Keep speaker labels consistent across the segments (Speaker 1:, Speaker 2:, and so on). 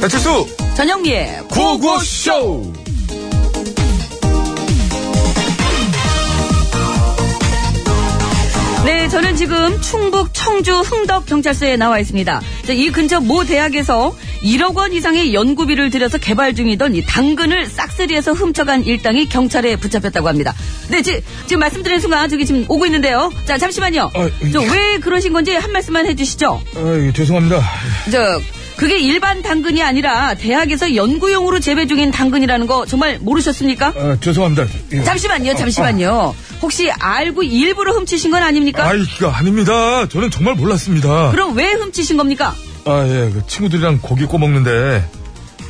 Speaker 1: 배칠수
Speaker 2: 전영미의
Speaker 1: 구호구호쇼!
Speaker 2: 네, 저는 지금 충북 청주 흥덕 경찰서에 나와 있습니다. 자, 이 근처 모 대학에서 1억 원 이상의 연구비를 들여서 개발 중이던 이 당근을 싹쓸이해서 훔쳐간 일당이 경찰에 붙잡혔다고 합니다. 네, 지, 지금 말씀드린 순간 저기 지금 오고 있는데요. 자, 잠시만요.
Speaker 3: 아, 음.
Speaker 2: 저 왜 그러신 건지 한 말씀만 해주시죠.
Speaker 3: 아유 죄송합니다
Speaker 2: 저 그게 일반 당근이 아니라 대학에서 연구용으로 재배 중인 당근이라는 거 정말 모르셨습니까?
Speaker 3: 아 죄송합니다 예.
Speaker 2: 잠시만요, 잠시만요. 혹시 알고 일부러 훔치신 건
Speaker 1: 예.
Speaker 2: 아닙니까?
Speaker 3: 아이 그거 아닙니다 저는 정말 몰랐습니다
Speaker 2: 그럼 왜 훔치신 겁니까?
Speaker 3: 아예 그 친구들이랑 고기 꼬 먹는데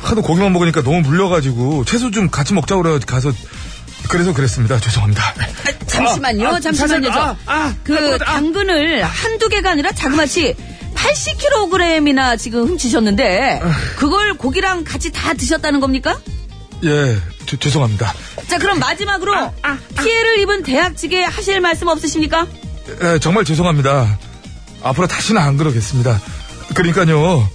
Speaker 3: 하도 고기만 먹으니까 너무 물려가지고 채소 좀 같이 먹자고 그래 가서 그래서 그랬습니다 죄송합니다
Speaker 2: 아, 잠시만요,
Speaker 3: 아, 아,
Speaker 2: 잠시만요.
Speaker 3: 잠시만요.
Speaker 2: 저.
Speaker 3: 아, 아,
Speaker 2: 그 당근을 한두 개가 아니라 자그마치 80kg이나 지금 훔치셨는데 그걸 고기랑 같이 다 드셨다는 겁니까?
Speaker 3: 예 죄- 죄송합니다
Speaker 2: 자, 그럼 마지막으로
Speaker 3: 아,
Speaker 2: 피해를 입은 대학 측에 하실 말씀 없으십니까?
Speaker 3: 예, 정말 죄송합니다 앞으로 다시는 안 그러겠습니다 그러니까요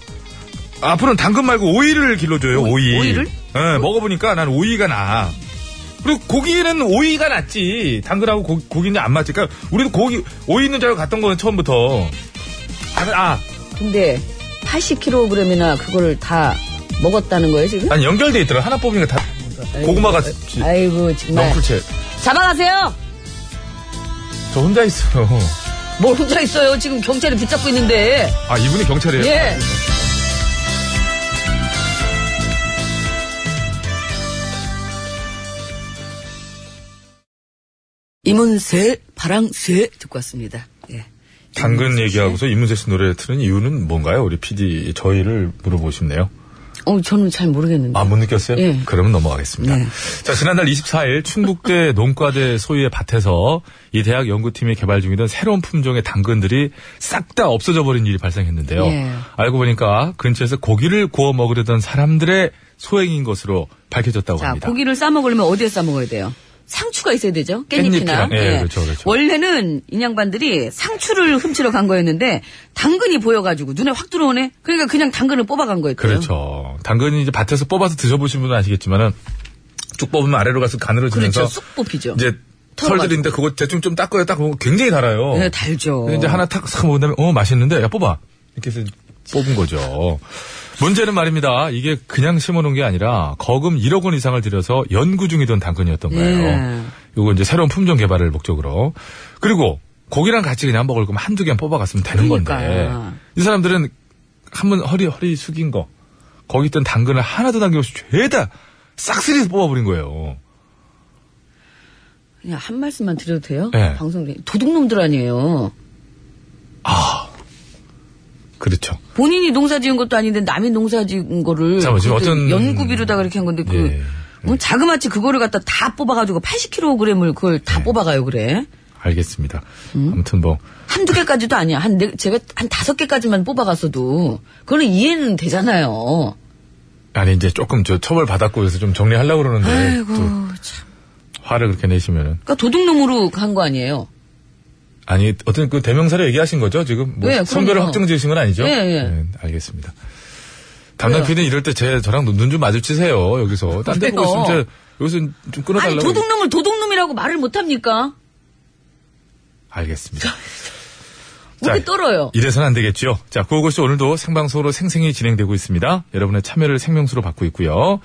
Speaker 3: 앞으로는 당근 말고 오이를 길러줘요 오이,
Speaker 2: 오이를?
Speaker 3: 예, 먹어보니까 난 오이가 나 그리고 고기는 오이가 낫지 당근하고 고, 고기는 안 맞지 그러니까 우리도 고기 오이 있는 자로 갔던 거는 처음부터 아, 아
Speaker 2: 근데 80kg이나 그걸 다 먹었다는 거예요, 지금?
Speaker 3: 아니 연결돼 있더라 하나 뽑으니까 다 아, 고구마 네. 그- 같이
Speaker 2: 아이고, 정말.
Speaker 3: 넝쿨채
Speaker 2: 잡아가세요!
Speaker 3: 저 혼자 있어요
Speaker 2: 뭘뭐 혼자 있어요. 지금 경찰이 붙잡고 있는데.
Speaker 3: 아 이분이 경찰이에요
Speaker 2: 예. 이문세, 바랑세 듣고 왔습니다. 예.
Speaker 3: 당근 얘기하고서 이문세 씨 노래 틀은 이유는 뭔가요 우리 PD 저희를 물어보고 싶네요
Speaker 2: 어, 저는 잘 모르겠는데.
Speaker 3: 아, 못 느꼈어요?
Speaker 2: 예.
Speaker 3: 그러면 넘어가겠습니다.
Speaker 2: 네.
Speaker 1: 자, 지난달 24일 충북대 농과대 소유의 밭에서 이 대학 연구팀이 개발 중이던 새로운 품종의 당근들이 싹 다 없어져 버린 일이 발생했는데요.
Speaker 2: 예.
Speaker 1: 알고 보니까 근처에서 고기를 구워 먹으려던 사람들의 소행인 것으로 밝혀졌다고
Speaker 2: 자,
Speaker 1: 합니다.
Speaker 2: 고기를 싸 먹으려면 어디에 싸 먹어야 돼요? 상추가 있어야 되죠. 깻잎이나.
Speaker 1: 깻잎이랑, 예, 그렇죠, 그렇죠.
Speaker 2: 원래는 인양반들이 상추를 훔치러 간 거였는데 당근이 보여가지고 눈에 확 들어오네. 그러니까 그냥 당근을 뽑아간 거였대요.
Speaker 1: 그렇죠. 당근이 이제 밭에서 뽑아서 드셔보신 분은 아시겠지만은 쭉 뽑으면 아래로 가서 가늘어지면서
Speaker 2: 그렇죠. 쑥 뽑히죠.
Speaker 1: 이제
Speaker 2: 털어가지고.
Speaker 1: 털들인데 그거 대충 좀 닦아요. 닦으면 굉장히 달아요.
Speaker 2: 네, 달죠.
Speaker 1: 근데 이제 하나 탁 사 먹은 다음에 어 맛있는데 야 뽑아 이렇게 해서 뽑은 거죠. 문제는 말입니다. 이게 그냥 심어놓은 게 아니라 거금 1억 원 이상을 들여서 연구 중이던 당근이었던 거예요.
Speaker 2: 예.
Speaker 1: 요거 이제 새로운 품종 개발을 목적으로 그리고 고기랑 같이 그냥 먹을 거면 한두 개만 뽑아갔으면 되는 건데
Speaker 2: 그러니까.
Speaker 1: 이 사람들은 한 번 허리 허리 숙인 거 거기 있던 당근을 하나도 남김없이 죄다 싹쓸이 뽑아버린 거예요.
Speaker 2: 그냥 한 말씀만 드려도 돼요?
Speaker 1: 네.
Speaker 2: 방송 중에. 도둑놈들 아니에요.
Speaker 1: 그렇죠.
Speaker 2: 본인이 농사 지은 것도 아닌데 남이 농사 지은 거를
Speaker 1: 잠깐만, 뭐 지금
Speaker 2: 그것도
Speaker 1: 어떤-
Speaker 2: 연구비로다 그렇게 한 건데 그
Speaker 1: 예.
Speaker 2: 뭐 자그마치 그거를 갖다 다 뽑아가지고 80kg을 그걸 다
Speaker 1: 네.
Speaker 2: 뽑아가요 그래
Speaker 1: 알겠습니다.
Speaker 2: 음?
Speaker 1: 아무튼 뭐
Speaker 2: 한두 개까지도 아니야 한 네- 제가 한 다섯 개까지만 뽑아갔어도 그거는 이해는 되잖아요
Speaker 1: 아니 이제 조금 저 처벌 받았고 그래서 좀 정리하려고 그러는데
Speaker 2: 아이고
Speaker 1: 네, 또
Speaker 2: 참
Speaker 1: 화를 그렇게 내시면은
Speaker 2: 그러니까 도둑놈으로 한 거 아니에요
Speaker 1: 아니 어떤 그 대명사를 얘기하신 거죠 지금 뭐
Speaker 2: 예, 그럼요.
Speaker 1: 성별을 확정 지으신 건 아니죠? 네,
Speaker 2: 예, 예.
Speaker 1: 알겠습니다. 담당
Speaker 2: 그래요.
Speaker 1: PD는 이럴 때 제 저랑 눈 좀 마주치세요 여기서 딴 데 보고
Speaker 2: 왜요?
Speaker 1: 있으면 제 여기서 좀 끊어달라고.
Speaker 2: 아니 도둑놈을 도둑놈이라고 말을 못합니까
Speaker 1: 알겠습니다.
Speaker 2: 왜 이렇게 떨어요?
Speaker 1: 이래서는 안 되겠죠. 자, 구호고쇼 오늘도 생방송으로 생생히 진행되고 있습니다. 여러분의 참여를 생명수로 받고 있고요.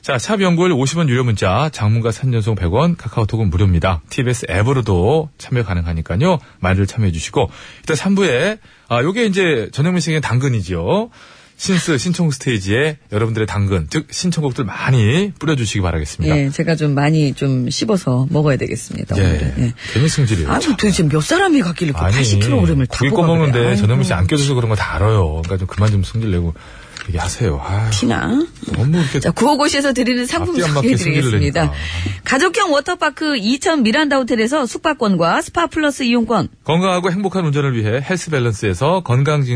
Speaker 1: 자, 샵 연구일 50원 유료 문자, 장문과 3년송 100원, 카카오톡은 무료입니다. TBS 앱으로도 참여 가능하니까요. 많이들 참여해 주시고. 일단 3부에, 아, 요게 이제 전영민 씨의 당근이지요. 신스 신청 스테이지에 여러분들의 당근, 즉 신청곡들 많이 뿌려주시기 바라겠습니다.
Speaker 2: 예, 제가 좀 많이 좀 씹어서 먹어야 되겠습니다. 오늘은. 예.
Speaker 1: 괜히 승질이에요.
Speaker 2: 아니,
Speaker 1: 참.
Speaker 2: 도대체 몇 사람이 가길래 그 80kg을 다
Speaker 1: 고기 꺼
Speaker 2: 뽑아 그래.
Speaker 1: 먹는데
Speaker 2: 아이고,
Speaker 1: 전현무 씨 안 껴줘서 그런 거 다 알아요. 그러니까 좀 그만 좀 승질 내고 얘기 하세요. 아,
Speaker 2: 티나?
Speaker 1: 너무 뭐 이렇게
Speaker 2: 자, 구호고시에서 드리는 상품
Speaker 1: 앞뒤 안 맞게 승기를
Speaker 2: 소개해드리겠습니다.
Speaker 1: 내니까.
Speaker 2: 가족형 워터파크 2000 미란다 호텔에서 숙박권과 스파 플러스 이용권,
Speaker 1: 건강하고 행복한 운전을 위해 헬스 밸런스에서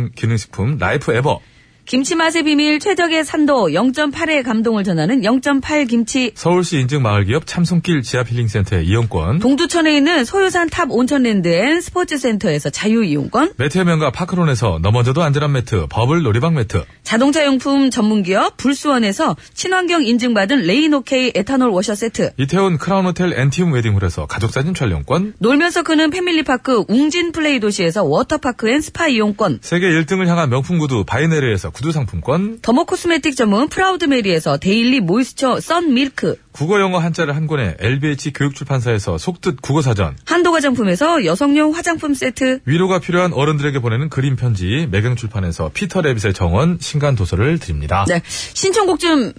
Speaker 1: 건강기능식품 라이프 에버
Speaker 2: 김치 맛의 비밀 최적의 산도 0.8의 감동을 전하는 0.8 김치,
Speaker 1: 서울시 인증 마을기업 참손길 지하필링센터 이용권
Speaker 2: 동두천에 있는 소유산 탑 온천랜드 앤 스포츠센터에서 자유이용권,
Speaker 1: 매트의 명가 파크론에서 넘어져도 안전한 매트 버블 놀이방 매트
Speaker 2: 자동차용품 전문기업 불수원에서 친환경 인증받은 레인오케이 에탄올 워셔 세트,
Speaker 1: 이태원 크라운호텔 앤티움 웨딩홀에서 가족사진 촬영권
Speaker 2: 놀면서 크는 패밀리파크 웅진 플레이 도시에서 워터파크 앤 스파 이용권,
Speaker 1: 세계 1등을 향한 명품 구두 바이네르에서 구두 상품권
Speaker 2: 더모 코스메틱 전문 프라우드메리에서 데일리 모이스처 썬 밀크,
Speaker 1: 국어 영어 한자를 한 권에 LBH 교육출판사에서 속뜻 국어사전
Speaker 2: 한도 화장품에서 여성용 화장품 세트,
Speaker 1: 위로가 필요한 어른들에게 보내는 그림 편지 매경출판에서 피터 레빗의 정원 신간 도서를 드립니다.
Speaker 2: 네, 신청곡 좀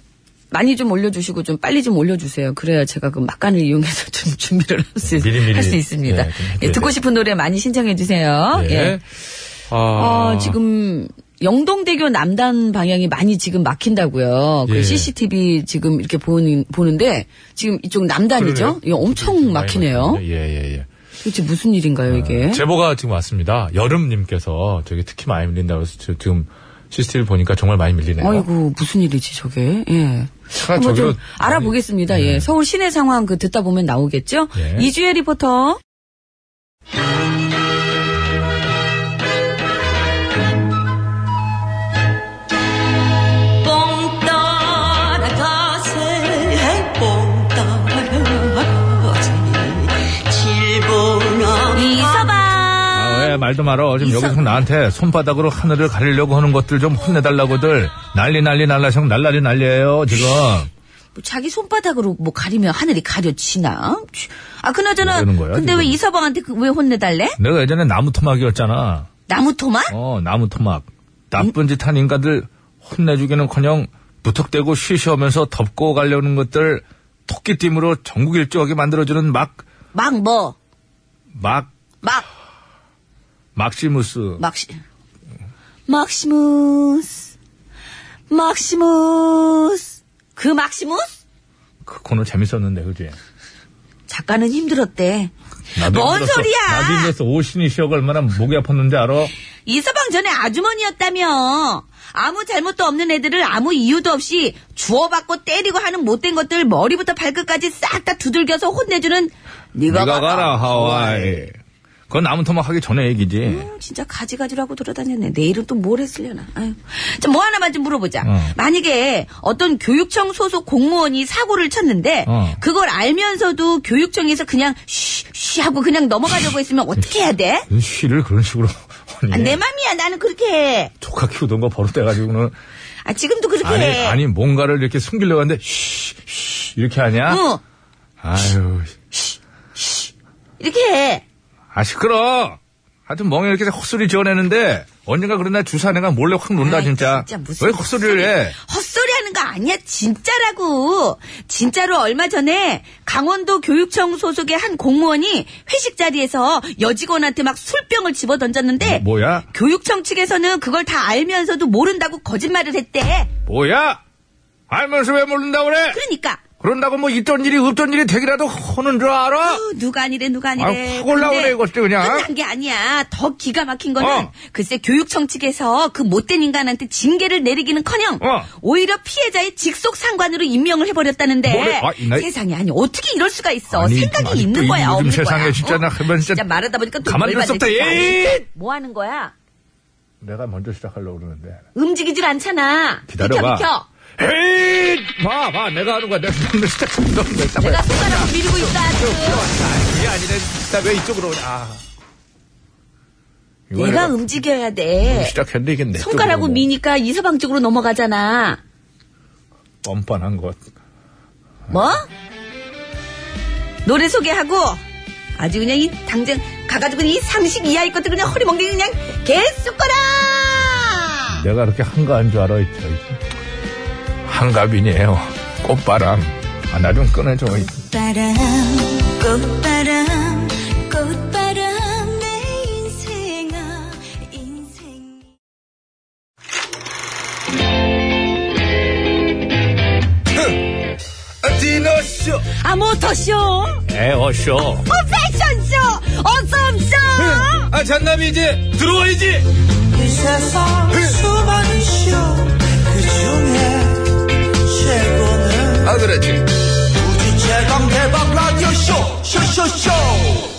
Speaker 2: 많이 좀 올려주시고 좀 빨리 좀 올려주세요. 그래야 제가 그 막간을 이용해서 좀 준비를 할 수
Speaker 1: 미리미리.
Speaker 2: 있습니다.
Speaker 1: 네, 좀 해줘야
Speaker 2: 예, 듣고
Speaker 1: 돼요.
Speaker 2: 싶은 노래 많이 신청해 주세요.
Speaker 1: 예.
Speaker 2: 예.
Speaker 1: 아,
Speaker 2: 어, 지금 영동대교 남단 방향이 많이 지금 막힌다고요. 그
Speaker 1: 예.
Speaker 2: CCTV 지금 이렇게 보는, 보는데 지금 이쪽 남단이죠?
Speaker 1: 그러네요.
Speaker 2: 이거 엄청 막히네요.
Speaker 1: 예, 예, 예.
Speaker 2: 도대체 무슨 일인가요, 이게?
Speaker 1: 아, 제보가 지금 왔습니다. 여름님께서 저기 특히 많이 밀린다고 해서 저- 지금 CCTV 보니까 정말 많이 밀리네요.
Speaker 2: 아이고 무슨 일이지 저게? 예. 한번 좀
Speaker 1: 아, 저기로-
Speaker 2: 알아보겠습니다. 예. 서울 시내 상황 그 듣다 보면 나오겠죠?
Speaker 1: 예.
Speaker 2: 이주혜 리포터.
Speaker 4: 뽕 따라가세 뽕 따라가세 질봉아
Speaker 2: 이서방.
Speaker 1: 아, 왜 말도 말어. 지금 여기서 나한테 손바닥으로 하늘을 가리려고 하는 것들 좀 혼내달라고들 난리 난리 날라성 날라리 난리예요 지금.
Speaker 2: 뭐 자기 손바닥으로 뭐 가리면 하늘이 가려지나? 아 그나저나
Speaker 1: 뭐라는 거야,
Speaker 2: 근데 왜
Speaker 1: 지금?
Speaker 2: 이서방한테 그 왜 혼내달래?
Speaker 1: 내가 예전에 나무 토막이었잖아.
Speaker 2: 나무 토막?
Speaker 1: 어, 나무 토막. 나쁜 짓 한 인간들 혼내주기는커녕 무턱대고 쉬쉬하면서 덮고 가려는 것들 토끼띠으로 전국 일주하게 만들어주는 막,
Speaker 2: 막 뭐?
Speaker 1: 막,
Speaker 2: 막
Speaker 1: 막시무스.
Speaker 2: 막시 막시무스 막시무스 그 막시무스
Speaker 1: 그 코너 재밌었는데, 그지?
Speaker 2: 작가는 힘들었대.
Speaker 1: 나도
Speaker 2: 뭔
Speaker 1: 힘들었어.
Speaker 2: 소리야!
Speaker 1: 나도 힘들었어. 오신이 시어가 얼마나 목이 아팠는지 알아?
Speaker 2: 이서방 전에 아주머니였다며. 아무 잘못도 없는 애들을 아무 이유도 없이 주워받고 때리고 하는 못된 것들 머리부터 발끝까지 싹 다 두들겨서 혼내주는 네가,
Speaker 1: 네가
Speaker 2: 가라.
Speaker 1: 가라,
Speaker 2: 어.
Speaker 1: 하와이. 그건 나무 토막 하기 전에 얘기지.
Speaker 2: 아유, 진짜 가지가지라고 돌아다녔네. 내일은 또 뭘 했으려나. 아유. 자, 뭐 하나만 좀 물어보자.
Speaker 1: 어.
Speaker 2: 만약에 어떤 교육청 소속 공무원이 사고를 쳤는데
Speaker 1: 어.
Speaker 2: 그걸 알면서도 교육청에서 그냥 쉬쉬 하고 그냥 넘어가려고 했으면 어떻게 해야 돼?
Speaker 1: 무슨 쉬를 그런 식으로.
Speaker 2: 아,
Speaker 1: 아니,
Speaker 2: 내 맘이야. 나는 그렇게 해.
Speaker 1: 조카 키우던 거 버릇돼가지고는.
Speaker 2: 아, 지금도 그렇게
Speaker 1: 아니,
Speaker 2: 해.
Speaker 1: 아니, 뭔가를 이렇게 숨기려고 하는데, 쉬, 쉬, 이렇게 하냐?
Speaker 2: 어,
Speaker 1: 아유,
Speaker 2: 이렇게 해.
Speaker 1: 아, 시끄러! 하여튼 멍에 이렇게 헛소리 지어내는데, 언젠가 그런 날 주사내가 몰래 확 논다,
Speaker 2: 아이,
Speaker 1: 진짜.
Speaker 2: 진짜 무슨
Speaker 1: 왜 헛소리를 해?
Speaker 2: 헛소리 하는 거 아니야. 진짜라고. 진짜로 얼마 전에 강원도 교육청 소속의 한 공무원이 회식 자리에서 여직원한테 막 술병을 집어 던졌는데
Speaker 1: 뭐, 야
Speaker 2: 교육청 측에서는 그걸 다 알면서도 모른다고 거짓말을 했대.
Speaker 1: 뭐야? 알면서 왜 모른다 그래?
Speaker 2: 그러니까
Speaker 1: 그런다고 뭐 있던 일이 없던 일이 되기라도 허는 줄 알아?
Speaker 2: 어, 누가 아니래 누가 아니래.
Speaker 1: 아유, 확 올라오네,
Speaker 2: 근데
Speaker 1: 이것도 그냥.
Speaker 2: 끝난 게 아니야. 더 기가 막힌 거는
Speaker 1: 어.
Speaker 2: 글쎄 교육청 측에서 그 못된 인간한테 징계를 내리기는커녕
Speaker 1: 어.
Speaker 2: 오히려 피해자의 직속 상관으로 임명을 해버렸다는데
Speaker 1: 뭐래? 아, 이 나이-
Speaker 2: 세상에 아니 어떻게 이럴 수가 있어.
Speaker 1: 아니,
Speaker 2: 생각이
Speaker 1: 아직도
Speaker 2: 있는
Speaker 1: 이
Speaker 2: 거야
Speaker 1: 요즘
Speaker 2: 없는
Speaker 1: 세상에
Speaker 2: 거야. 어?
Speaker 1: 진짜 나 그러면 진짜
Speaker 2: 말하다 보니까 또
Speaker 1: 가만히 있을 수 없다.
Speaker 2: 열받네.
Speaker 1: 에이!
Speaker 2: 뭐 하는 거야?
Speaker 1: 내가 먼저 시작하려고 그러는데.
Speaker 2: 움직이질 않잖아.
Speaker 1: 기다려봐.
Speaker 2: 비켜 비켜.
Speaker 1: 에이! 봐, 봐, 내가 하는 거야. 내가 먼저 시작하려고 그러는데.
Speaker 2: 내가 손가락을 밀고 있다. 아주.
Speaker 1: 이게 아니네. 나 왜 이쪽으로 오냐. 아.
Speaker 5: 이거
Speaker 2: 내가
Speaker 5: 내가
Speaker 2: 움직여야 돼.
Speaker 5: 시작했는데 이게 내
Speaker 2: 손가락으로
Speaker 5: 쪽으로 뭐
Speaker 2: 미니까 이서방 쪽으로 넘어가잖아.
Speaker 3: 뻔뻔한 것.
Speaker 2: 뭐? 노래 소개하고 아주 그냥 이 당장 가가지고 이 상식 이하의 것들 그냥 허리멍텅이 그냥 계속 거라.
Speaker 5: 내가 그렇게 한가한 줄 알아 있죠. 한갑이네요. 꽃바람 아, 하나 좀 꺼내줘.
Speaker 4: 바람 꽃바람 꽃바람 내 인생아 인생
Speaker 5: 디너쇼
Speaker 2: 아 모터쇼,
Speaker 5: 에어쇼
Speaker 2: 어, 패션쇼, 어썸쇼. 네.
Speaker 5: 아 잔남이 이제 들어와야지
Speaker 6: 이 세상 수많은 쇼그 중에 최고는
Speaker 5: 아 그렇지
Speaker 6: 우주 최강 대박 라디오 쇼 쇼쇼쇼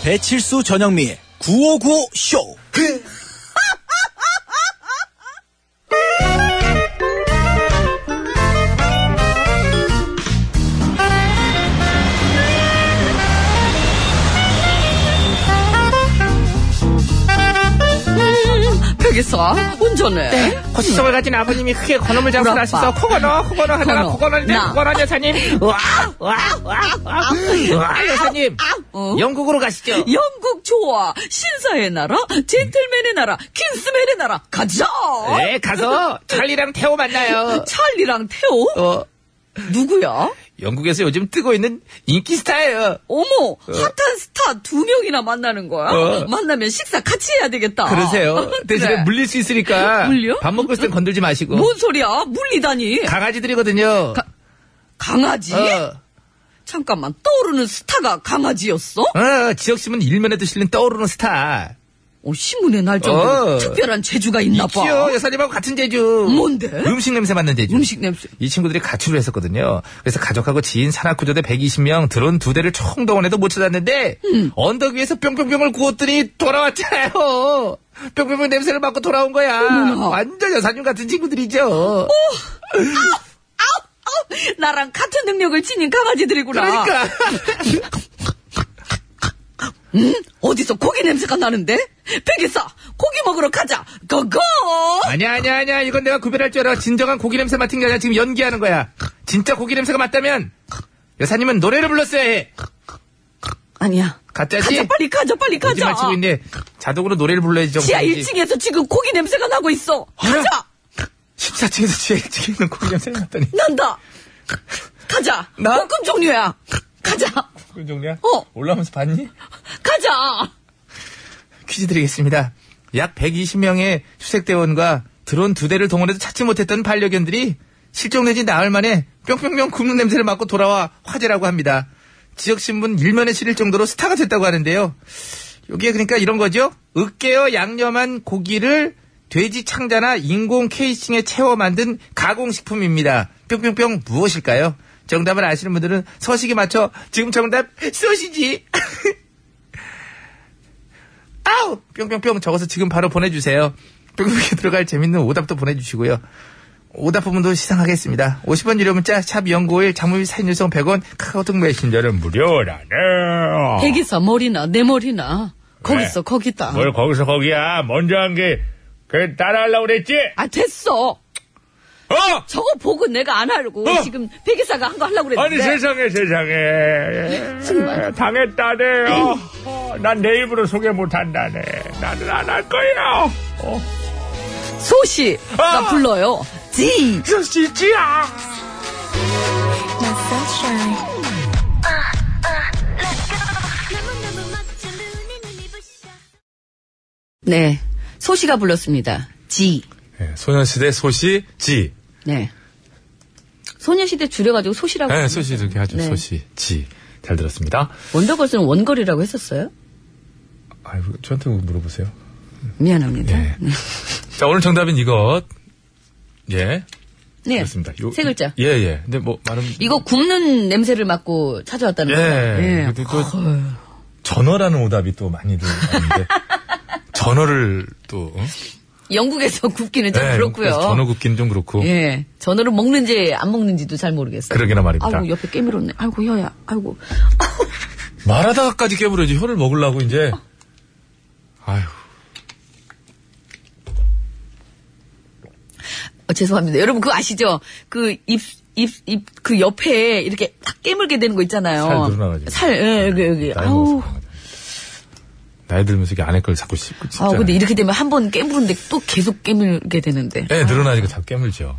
Speaker 6: 배칠수 전영미 9595 쇼.
Speaker 2: 백이사 운전해.
Speaker 7: 고시성을 가진 아버님이 크게 건어물 장사를
Speaker 2: 우리 아빠.
Speaker 7: 하셔서 코건어 코건어 하다가
Speaker 2: 코건어.
Speaker 7: 코건어인데
Speaker 2: 나.
Speaker 7: 코건어 여사님 와와와와 여사님
Speaker 2: 어?
Speaker 7: 영국으로 가시죠
Speaker 2: 영국 좋아 신사의 나라 젠틀맨의 나라 킹스맨의 나라 가자
Speaker 7: 네 가서 찰리랑 태호 만나요
Speaker 2: 찰리랑 태오
Speaker 7: 어
Speaker 2: 누구야
Speaker 7: 영국에서 요즘 뜨고 있는 인기 스타예요
Speaker 2: 어머 핫한 스타 두 명이나 만나는 거야
Speaker 7: 어.
Speaker 2: 만나면 식사 같이 해야 되겠다 네.
Speaker 7: 그러세요 대신에
Speaker 2: 그래.
Speaker 7: 물릴 어. 수 있으니까
Speaker 2: 어? 물려?
Speaker 7: 밥 먹고 있을 땐 건들지 마시고
Speaker 2: 뭔 소리야 물리다니
Speaker 7: 강아지들이거든요
Speaker 2: 강아지
Speaker 7: 어.
Speaker 2: 잠깐만 떠오르는 스타가 강아지였어
Speaker 7: 어, 지역신문 일면에 도실린 떠오르는 스타.
Speaker 2: 어, 신문에 날 정도로
Speaker 7: 어.
Speaker 2: 특별한 재주가 있나 봐
Speaker 7: 키요 여사님하고 같은 제주.
Speaker 2: 뭔데?
Speaker 7: 음식 냄새 맡는 제주.
Speaker 2: 음식 냄새.
Speaker 7: 이 친구들이 가출을 했었거든요. 그래서 가족하고 지인 산악구조대 120명 드론 두 대를 총동원해도 못 찾았는데
Speaker 2: 음.
Speaker 7: 언덕 위에서 뿅뿅뿅을 구웠더니 돌아왔잖아요. 뿅뿅뿅 냄새를 맡고 돌아온 거야.
Speaker 2: 어머나.
Speaker 7: 완전 여사님 같은 친구들이죠.
Speaker 2: 나랑 같은 능력을 지닌 강아지들이구나
Speaker 7: 그러니까
Speaker 2: 어디서 고기 냄새가 나는데? 백이사 고기 먹으러 가자. 고고.
Speaker 7: 아니야 아니야 아니야 이건 내가 구별할 줄 알아 진정한 고기 냄새 맡은 게 아니라 지금 연기하는 거야 진짜 고기 냄새가 맞다면 여사님은 노래를 불렀어야 해
Speaker 2: 아니야.
Speaker 7: 가짜지?
Speaker 2: 가자 빨리 가자 빨리
Speaker 7: 거짓말
Speaker 2: 가자.
Speaker 7: 치고 있네. 자동으로 노래를 불러야지
Speaker 2: 어. 지하
Speaker 7: 정상이지.
Speaker 2: 1층에서 지금 고기 냄새가 나고 있어. 가자.
Speaker 7: 14층에서 지하 1층에 있는 고기 냄새 났더니.
Speaker 2: 난다. 가자.
Speaker 7: 나?
Speaker 2: 볶음 종류야. 가자.
Speaker 7: 그런 종류야?
Speaker 2: 어.
Speaker 7: 올라오면서 봤니?
Speaker 2: 가자.
Speaker 7: 퀴즈 드리겠습니다. 약 120명의 수색대원과 드론 두 대를 동원해도 찾지 못했던 반려견들이 실종된지 나흘 만에 뿅뿅뿅 굽는 냄새를 맡고 돌아와 화제라고 합니다. 지역신문 일면에 실릴 정도로 스타가 됐다고 하는데요. 여기에 그러니까 이런 거죠. 으깨어 양념한 고기를 돼지 창자나 인공 케이싱에 채워 만든 가공식품입니다. 뿅뿅뿅 무엇일까요? 정답을 아시는 분들은 서식에 맞춰 지금 정답 소시지 아우 뿅뿅뿅 적어서 지금 바로 보내주세요. 뿅뿅뿅에 들어갈 재밌는 오답도 보내주시고요. 오답 부분도 시상하겠습니다. 50원 유료 문자 샵 연구일 장무비 사인유성 100원 카카오톡 메신저는
Speaker 3: 무료라네.
Speaker 2: 백이사 머리나 내 머리나 거기서 거기다.
Speaker 3: 뭘 거기서 거기야. 먼저 한 게, 그, 따라하려고 그랬지?
Speaker 2: 아 됐어.
Speaker 3: 어!
Speaker 2: 저거 보고 내가 안 하려고
Speaker 3: 어?
Speaker 2: 지금 백이사가 한 거 하려고
Speaker 3: 아니,
Speaker 2: 그랬는데.
Speaker 3: 세상에, 세상에.
Speaker 2: 네. 정말. 음.
Speaker 3: 당했다네. 어, 어, 난 내 입으로 소개 못한다네. 나는 안 할 거야. 어,
Speaker 2: 소시가
Speaker 3: 아!
Speaker 2: 불러요. 지.
Speaker 3: 저 진지야.
Speaker 2: 네. 소시가 불렀습니다. 지.
Speaker 1: 예, 소녀시대 소시 지.
Speaker 2: 네. 소녀시대 줄여가지고 소시라고.
Speaker 1: 네,
Speaker 2: 합니다.
Speaker 1: 소시 이렇게 하죠.
Speaker 2: 어. 네.
Speaker 1: 소시 지. 잘 들었습니다.
Speaker 2: 원더걸스는 원걸이라고 했었어요?
Speaker 1: 아유, 저한테
Speaker 3: 뭐
Speaker 1: 물어보세요.
Speaker 2: 미안합니다. 네.
Speaker 1: 예. 자, 오늘 정답은 이것. 예. 그렇습니다. 요-
Speaker 2: 네. 세 글자.
Speaker 1: 예, 예. 근데 뭐, 많은.
Speaker 2: 이거 굽는 냄새를 맡고 찾아왔다는
Speaker 1: 예.
Speaker 2: 거예요. 어. 예.
Speaker 1: 근데 또, 전어라는 오답이 또 많이 들어가는데. 전어를 또. 어?
Speaker 2: 영국에서 굽기는 좀
Speaker 1: 예,
Speaker 2: 그렇고요.
Speaker 1: 그래서 전어 굽기는 좀 그렇고. 그러니까.
Speaker 2: 예. 전어를 먹는지 안 먹는지도 잘 모르겠어요.
Speaker 1: 그러게나 말입니다.
Speaker 2: 아이고 옆에 깨물었네. 아이고 혀야. 아이고.
Speaker 1: 말하다가까지 깨물어야지. 혀를 먹으려고 이제. 아휴.
Speaker 2: 어, 죄송합니다. 여러분 그거 아시죠? 그 입, 입, 입, 그 옆에 이렇게 딱 깨물게 되는 거 있잖아요.
Speaker 1: 살 늘어나가지고. 네,
Speaker 2: 살, 예, 여기, 여기.
Speaker 1: 나이
Speaker 2: 아우.
Speaker 1: 먹어서. 나이 들면서 이게 안에 걸 자꾸 씹고 씹잖아.
Speaker 2: 아, 근데 이렇게 되면 한 번 깨물는데 또 계속 깨물게 되는데.
Speaker 1: 예, 늘어나니까 자꾸 깨물죠.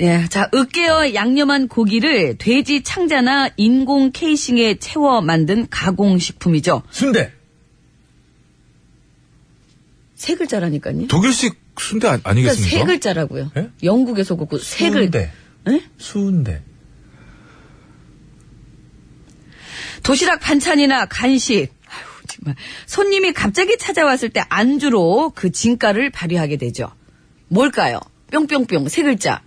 Speaker 2: 예, 자, 으깨어 양념한 고기를 돼지 창자나 인공 케이싱에 채워 만든 가공식품이죠.
Speaker 1: 순대.
Speaker 2: 세 글자라니까요.
Speaker 1: 독일식 순대 아, 니겠습
Speaker 2: 그러니까
Speaker 1: 니까
Speaker 2: 세 글자라고요.
Speaker 1: 예?
Speaker 2: 영국에서 그고 세 글자. 예?
Speaker 1: 순대. 순대.
Speaker 2: 도시락 반찬이나 간식. 아유, 정말. 손님이 갑자기 찾아왔을 때 안주로 그 진가를 발휘하게 되죠. 뭘까요? 뿅뿅뿅 세 글자.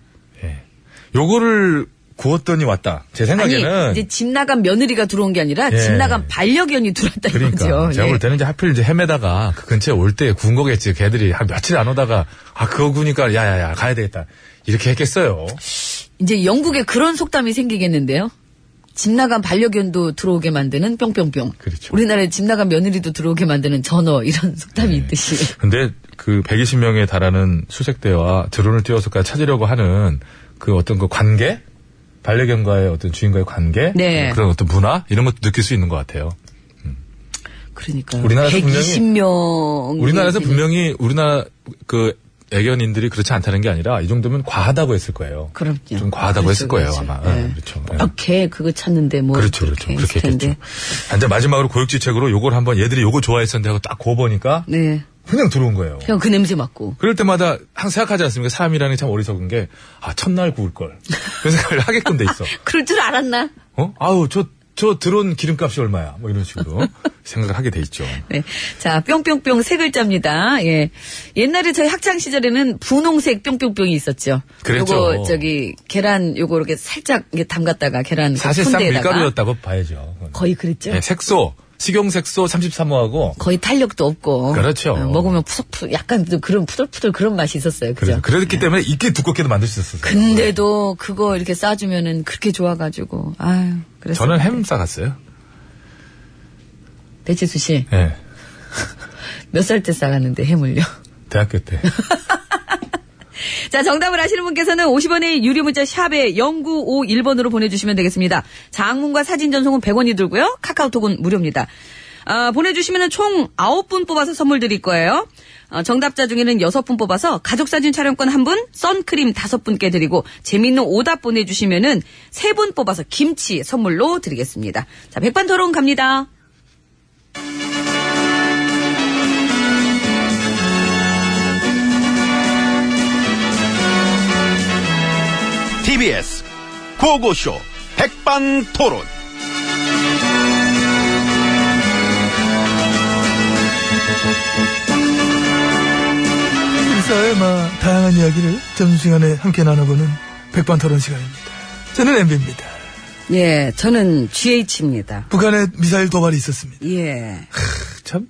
Speaker 1: 요거를 구웠더니 왔다. 제
Speaker 2: 아니
Speaker 1: 생각에는
Speaker 2: 이제 집 나간 며느리가 들어온 게 아니라
Speaker 1: 예.
Speaker 2: 집 나간 반려견이 들어왔다
Speaker 1: 그러니까
Speaker 2: 이거죠.
Speaker 1: 제가
Speaker 2: 예.
Speaker 1: 볼 때는 이제 하필 이제 헤매다가 그 근처에 올 때 구운 거겠지. 걔들이 한 며칠 안 오다가 아 그거 구니까 야야야 가야 되겠다. 이렇게 했겠어요.
Speaker 2: 이제 영국에 그런 속담이 생기겠는데요. 집 나간 반려견도 들어오게 만드는 뿅뿅뿅.
Speaker 1: 그렇죠.
Speaker 2: 우리나라에 집 나간 며느리도 들어오게 만드는 전어 이런 속담이
Speaker 1: 네.
Speaker 2: 있듯이.
Speaker 1: 근데 그 120명에 달하는 수색대와 드론을 띄워서까지 찾으려고 하는 그 어떤 그 관계? 반려견과의 어떤 주인과의 관계?
Speaker 2: 네.
Speaker 1: 그런 어떤 문화? 이런 것도 느낄 수 있는 것 같아요.
Speaker 2: 그러니까
Speaker 1: 우리나라에서 분명히-
Speaker 2: 120명.
Speaker 1: 우리나라에서 분명히 우리나라 그 애견인들이 그렇지 않다는 게 아니라 이 정도면 과하다고 했을 거예요.
Speaker 2: 그럼요.
Speaker 1: 좀 과하다고 했을 거예요,
Speaker 2: 그렇죠,
Speaker 1: 아마.
Speaker 2: 그렇죠.
Speaker 1: 예,
Speaker 2: 예.
Speaker 1: 그렇죠.
Speaker 2: 이렇게 그거 찾는데 뭐
Speaker 1: 그렇죠, 그렇죠.
Speaker 2: 이렇게
Speaker 1: 그렇게
Speaker 2: 했을 텐데.
Speaker 1: 했겠죠. 아, 이제 마지막으로 고육지책으로 요걸 한번 얘들이 요거 좋아했었는데 하고 딱 구워보니까
Speaker 2: 네.
Speaker 1: 그냥 들어온 거예요.
Speaker 2: 그냥 그 냄새 맡고.
Speaker 1: 그럴 때마다 항상 생각하지 않습니까? 사람이라는 게 참 어리석은 게, 아, 첫날 구울 걸. 그런 생각을 하게끔 돼 있어.
Speaker 2: 그럴 줄 알았나?
Speaker 1: 어? 아우, 저, 저 드론 기름값이 얼마야. 뭐 이런 식으로 생각을 하게 돼 있죠.
Speaker 2: 네. 자, 뿅뿅뿅 세 글자입니다. 예. 옛날에 저희 학창 시절에는 분홍색 뿅뿅뿅이 있었죠.
Speaker 1: 그랬죠.
Speaker 2: 요거 저기 계란 요거 이렇게 살짝 이렇게 담갔다가 계란 그
Speaker 1: 사실상
Speaker 2: 푼대에다가.
Speaker 1: 밀가루였다고 봐야죠. 그건.
Speaker 2: 거의 그랬죠.
Speaker 1: 네, 색소, 식용색소 33호하고,
Speaker 2: 거의 탄력도 없고.
Speaker 1: 그렇죠.
Speaker 2: 어, 먹으면 푸석푸 약간 좀 그런 푸들푸들 그런 맛이 있었어요.
Speaker 1: 그래서
Speaker 2: 그죠? 네.
Speaker 1: 그랬기 때문에 익게 두껍게도 만들 수 있었어요.
Speaker 2: 근데도 그거 이렇게 싸주면은 그렇게 좋아가지고 아유 그래서
Speaker 1: 저는 햄 싸갔어요.
Speaker 2: 배치수 씨 몇 살 때
Speaker 1: 예.
Speaker 2: 싸갔는데 해물요.
Speaker 1: 대학교 때.
Speaker 2: 자, 정답을 아시는 분께서는 50원의 유료 문자 샵에 0951번으로 보내주시면 되겠습니다. 장문과 사진 전송은 100원이 들고요. 카카오톡은 무료입니다. 아, 보내주시면 총 9분 뽑아서 선물 드릴 거예요. 아, 정답자 중에는 6분 뽑아서 가족사진 촬영권 1분, 선크림 5분께 드리고 재미있는 오답 보내주시면 3분 뽑아서 김치 선물로 드리겠습니다. 자, 백반토론 갑니다.
Speaker 8: TBS 고고쇼 백반토론.
Speaker 6: 사회마 다양한 이야기를 점심시간에 함께 나눠보는 백반토론 시간입니다. 저는 MB입니다.
Speaker 2: 예, 저는 GH입니다.
Speaker 6: 북한에 미사일 도발이 있었습니다.
Speaker 2: 예.
Speaker 6: 참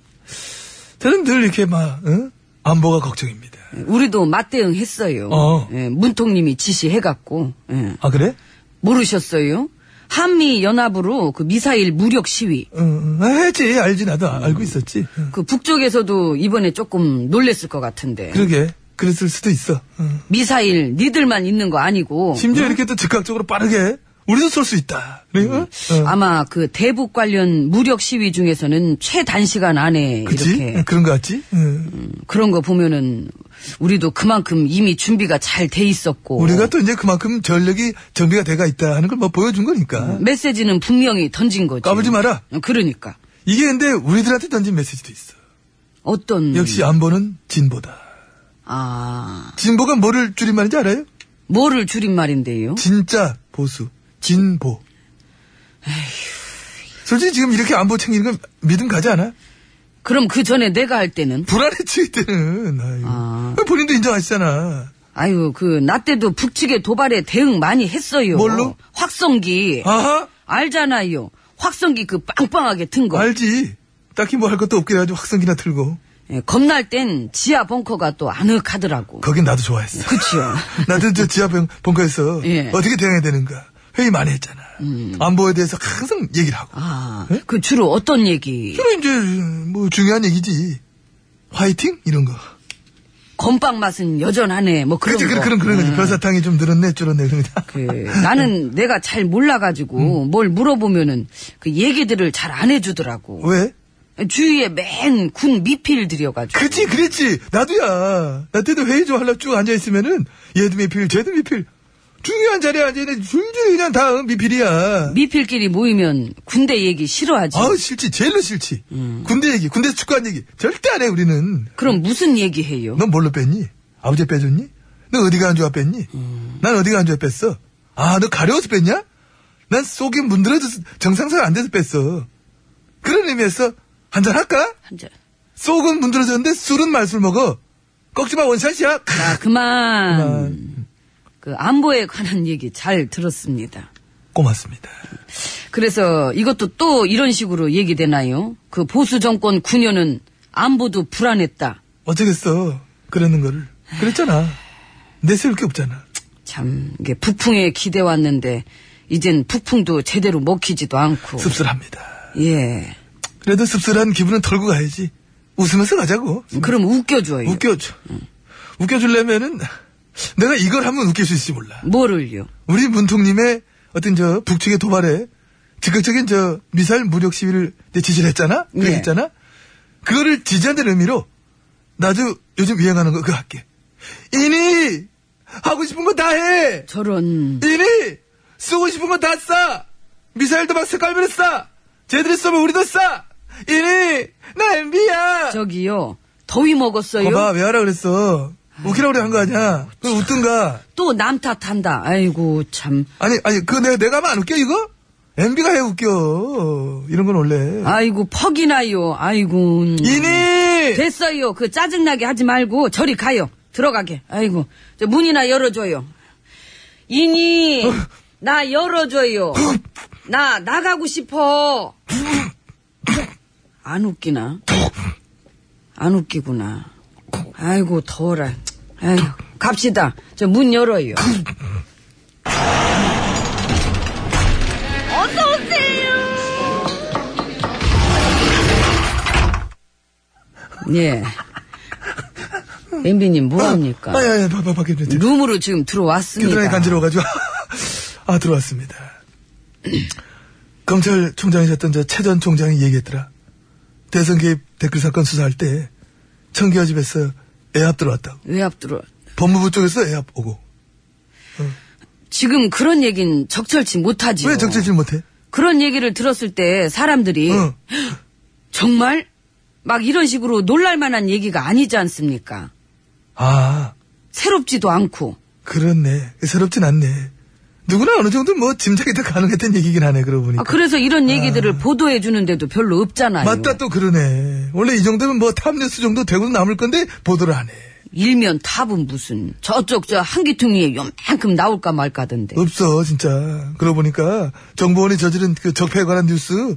Speaker 6: 저는 늘 이렇게 막 응? 안보가 걱정입니다.
Speaker 2: 우리도 맞대응했어요.
Speaker 6: 어.
Speaker 2: 예, 문통님이 지시해갖고 예.
Speaker 6: 아 그래?
Speaker 2: 모르셨어요? 한미 연합으로 그 미사일 무력 시위.
Speaker 6: 응, 응. 아, 했지 알지 나도 아- 알고 있었지. 응.
Speaker 2: 그 북쪽에서도 이번에 조금 놀랬을 것 같은데.
Speaker 6: 그러게 그랬을 수도 있어. 응.
Speaker 2: 미사일 니들만 있는 거 아니고
Speaker 6: 심지어 이렇게 또 즉각적으로 빠르게 우리도 쏠 수 있다. 그래? 응? 어.
Speaker 2: 아마 그 대북 관련 무력 시위 중에서는 최단시간 안에
Speaker 6: 그치?
Speaker 2: 이렇게
Speaker 6: 네,
Speaker 2: 음.
Speaker 6: 그런 것 같지? 응.
Speaker 2: 그런 거 보면은 우리도 그만큼 이미 준비가 잘 돼 있었고
Speaker 6: 우리가 또 이제 그만큼 전력이 정비가 돼가 있다 하는 걸 뭐 보여준
Speaker 2: 음.
Speaker 6: 거니까.
Speaker 2: 메시지는 분명히 던진 거지.
Speaker 6: 까불지 마라.
Speaker 2: 그러니까
Speaker 6: 이게 근데 우리들한테 던진 메시지도 있어.
Speaker 2: 어떤
Speaker 6: 역시 아. 안보는 진보다.
Speaker 2: 아
Speaker 6: 진보가 뭐를 줄임말인지 알아요?
Speaker 2: 뭐를 줄임말인데요?
Speaker 6: 진짜 보수. 진보. 솔직히 지금 이렇게 안보 챙기는 건 믿음 가지 않아?
Speaker 2: 그럼 그 전에 내가 할 때는
Speaker 6: 불안해질 때는. 아유.
Speaker 2: 아.
Speaker 6: 그 본인도 인정하시잖아.
Speaker 2: 아유 그 나 때도 북측의 도발에 대응 많이 했어요.
Speaker 6: 뭘로?
Speaker 2: 확성기
Speaker 6: 아하!
Speaker 2: 알잖아요. 확성기 그 빵빵하게 든 거.
Speaker 6: 알지. 딱히 뭐 할 것도 없게 해가지고 확성기나 틀고.
Speaker 2: 예, 겁날 땐 지하 벙커가 또 아늑하더라고.
Speaker 6: 거긴 나도 좋아했어.
Speaker 2: 그치요.
Speaker 6: 나도 저 지하 벙- 벙커에서
Speaker 2: 예. 음.
Speaker 6: 어떻게 대응해야 되는가 회의 많이 했잖아. 안보에 대해서 항상 얘기를 하고.
Speaker 2: 아,
Speaker 6: 예?
Speaker 2: 그 주로 어떤 얘기?
Speaker 6: 그럼 이제 뭐 중요한 얘기지. 화이팅 이런 거.
Speaker 2: 건빵 맛은 여전하네. 뭐 그런
Speaker 6: 그렇지,
Speaker 2: 거.
Speaker 6: 그런, 그런, 그런 거지. 별사탕이 좀 늘었네, 줄었네, 그럽니다.
Speaker 2: 그, 나는 내가 잘 몰라가지고
Speaker 6: 음.
Speaker 2: 뭘 물어보면은 그 얘기들을 잘 안 해주더라고.
Speaker 6: 왜?
Speaker 2: 주위에 맨 군 미필들이어가지고.
Speaker 6: 그치, 그랬지. 나도야. 나 때도 회의 좀 하려고 쭉 앉아있으면은, 얘도 미필, 쟤도 미필. 중요한 자리에 앉아있는 줄줄이 그냥 다 어, 미필이야.
Speaker 2: 미필끼리 모이면 군대 얘기 싫어하지.
Speaker 6: 아우, 싫지. 제일로 싫지. 군대 얘기, 군대 축구한 얘기. 절대 안 해, 우리는.
Speaker 2: 그럼 무슨 얘기해요?
Speaker 6: 넌 뭘로 뺐니? 아버지 빼줬니? 너 어디가 안 좋아 뺐니? 난 어디가 안 좋아 뺐어? 아, 너 가려워서 뺐냐? 난 속이 문드러져서 정상선 안 돼서 뺐어. 그런 의미에서 한잔 할까?
Speaker 2: 한잔.
Speaker 6: 속은 문드러졌는데 술은 말술 먹어. 꺾지마 원샷이야. 크.
Speaker 2: 자, 그만. 그 안보에 관한 얘기 잘 들었습니다.
Speaker 6: 고맙습니다.
Speaker 2: 그래서 이것도 또 이런 식으로 얘기되나요? 그 보수 정권 9년은 안보도 불안했다.
Speaker 6: 어쩌겠어. 그러는 거를. 그랬잖아. 내세울 게 없잖아.
Speaker 2: 참 이게 북풍에 기대 왔는데 이젠 북풍도 제대로 먹히지도 않고.
Speaker 6: 씁쓸합니다.
Speaker 2: 예.
Speaker 6: 그래도 씁쓸한 기분은 털고 가야지. 웃으면서 가자고.
Speaker 2: 그럼 웃겨줘요.
Speaker 6: 웃겨줘. 웃겨주려면은 내가 이걸 하면 웃길 수 있을지 몰라.
Speaker 2: 뭐를요?
Speaker 6: 우리 문통님의 어떤 저 북측의 도발에 즉각적인 저 미사일 무력 시위를 이제 지지를 했잖아?
Speaker 2: 예.
Speaker 6: 그랬잖아? 그거를 지지한다는 의미로 나도 요즘 유행하는 거 그거 할게. 이니! 하고 싶은 거 다 해!
Speaker 2: 저런
Speaker 6: 이니! 쓰고 싶은 거 다 써! 미사일도 막 색깔별로 써! 쟤들이 쏘면 우리도 써! 이니! 나 MB야!
Speaker 2: 저기요. 더위 먹었어요.
Speaker 6: 거봐, 왜 하라 그랬어? 웃기라고 그래 한 거 아니야? 그 웃든가.
Speaker 2: 또 남 탓한다. 아이고 참.
Speaker 6: 아니, 아니, 그 내가, 내가 하면 안 웃겨, 이거? MB가 해 웃겨. 이런 건 원래.
Speaker 2: 아이고 퍽이나요. 아이고. 음.
Speaker 6: 이니!
Speaker 2: 됐어요. 그 짜증나게 하지 말고 저리 가요. 들어가게. 아이고. 저 문이나 열어줘요. 이니, 나 열어줘요. 나 나가고 싶어. 안 웃기나? 안 웃기구나. 아이고, 더워라. 아이고, 갑시다. 저 문 열어요. 예. 엠비님, 뭐합니까?
Speaker 6: 아, 야, 야, 봐, 봐, 봐, 괜찮아.
Speaker 2: 룸으로 지금
Speaker 6: 겨드랑이
Speaker 2: 들어왔습니다.
Speaker 6: 간지러워가지고. 아, 들어왔습니다. 검찰총장이셨던 저 최 전 총장이 얘기했더라. 대선 개입 댓글 사건 수사할 때, 청기화 집에서 애합 들어왔다고.
Speaker 2: 외압 들어.
Speaker 6: 법무부 쪽에서 애합 오고.
Speaker 2: 지금 그런 얘긴 적절치 못하지.
Speaker 6: 왜 적절치 못해?
Speaker 2: 그런 얘기를 들었을 때 사람들이
Speaker 6: 응.
Speaker 2: 정말 막 이런 식으로 놀랄 만한 얘기가 아니지 않습니까?
Speaker 6: 아,
Speaker 2: 새롭지도 않고. 아,
Speaker 6: 그렇네. 새롭진 않네. 누구나 어느 정도 뭐 짐작이 다 가능했던 얘기긴 하네, 그러고 보니까.
Speaker 2: 아, 그래서 이런 얘기들을 보도해 주는데도 별로 없잖아요.
Speaker 6: 맞다 또 그러네. 원래 이 정도면 뭐 탑뉴스 정도 되고도 남을 건데 보도를 안 해.
Speaker 2: 일면 탑은 무슨 저쪽 저 한기퉁이에 요만큼 나올까 말까던데.
Speaker 6: 없어 진짜. 그러고 보니까 정보원이 저지른 그 적폐에 관한 뉴스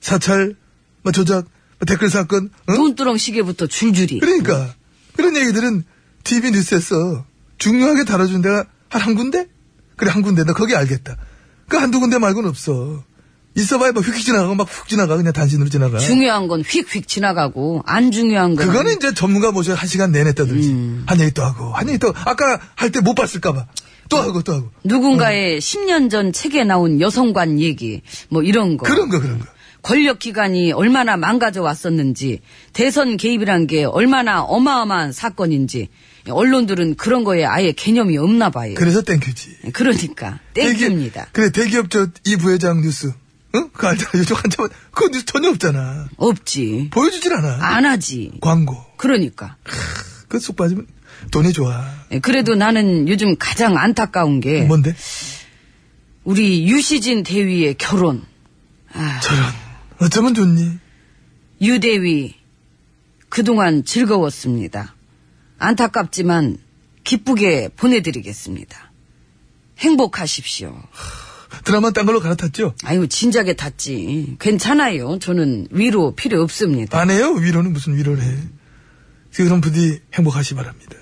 Speaker 6: 사찰, 뭐 조작, 뭐 댓글 사건, 응?
Speaker 2: 돈두렁 시계부터 줄줄이.
Speaker 6: 그러니까 그런 얘기들은 TV 뉴스에서 중요하게 다뤄준 데가 한 한 군데? 그래 한 군데. 나 거기 알겠다. 그 한두 군데 말고는 없어. 있어봐야 막 휙 지나가고 막 훅 지나가 그냥 단신으로 지나가.
Speaker 2: 중요한 건 휙휙 지나가고 안 중요한 건
Speaker 6: 그거는 이제 전문가 모셔 한 시간 내내 떠들지.
Speaker 2: 음.
Speaker 6: 한 얘기 또 하고, 한 얘기 또, 아까 할 때 못 봤을까봐.
Speaker 2: 음.
Speaker 6: 또 하고, 또 하고. 어.
Speaker 2: 누군가의 10년 전 책에 나온 여성관 얘기 뭐 이런 거.
Speaker 6: 그런 거, 그런 거.
Speaker 2: 권력 기관이 얼마나 망가져 왔었는지, 대선 개입이란 게 얼마나 어마어마한 사건인지, 언론들은 그런 거에 아예 개념이 없나 봐요.
Speaker 6: 그래서 땡큐지.
Speaker 2: 그러니까, 예. 땡깁니다.
Speaker 6: 대기업, 그래, 대기업 저, 이 부회장 뉴스. 응? 그거 알잖아. 요즘 한참, 그 뉴스 전혀 없잖아.
Speaker 2: 없지.
Speaker 6: 보여주질 않아.
Speaker 2: 안 하지.
Speaker 6: 광고.
Speaker 2: 그러니까. 예,
Speaker 6: 그 쏙 빠지면 돈이 좋아.
Speaker 2: 그래도 나는 요즘 가장 안타까운 게,
Speaker 6: 뭔데?
Speaker 2: 우리 유시진 대위의 결혼, 아,
Speaker 6: 저런. 어쩌면 좋니?
Speaker 2: 유대위, 그동안 즐거웠습니다. 안타깝지만, 기쁘게 보내드리겠습니다. 행복하십시오.
Speaker 6: 드라마 딴 걸로 갈아탔죠?
Speaker 2: 아유, 진작에 탔지. 괜찮아요. 저는 위로 필요 없습니다.
Speaker 6: 안 해요? 위로는 무슨 위로를 해. 그럼 부디 행복하시 기 바랍니다.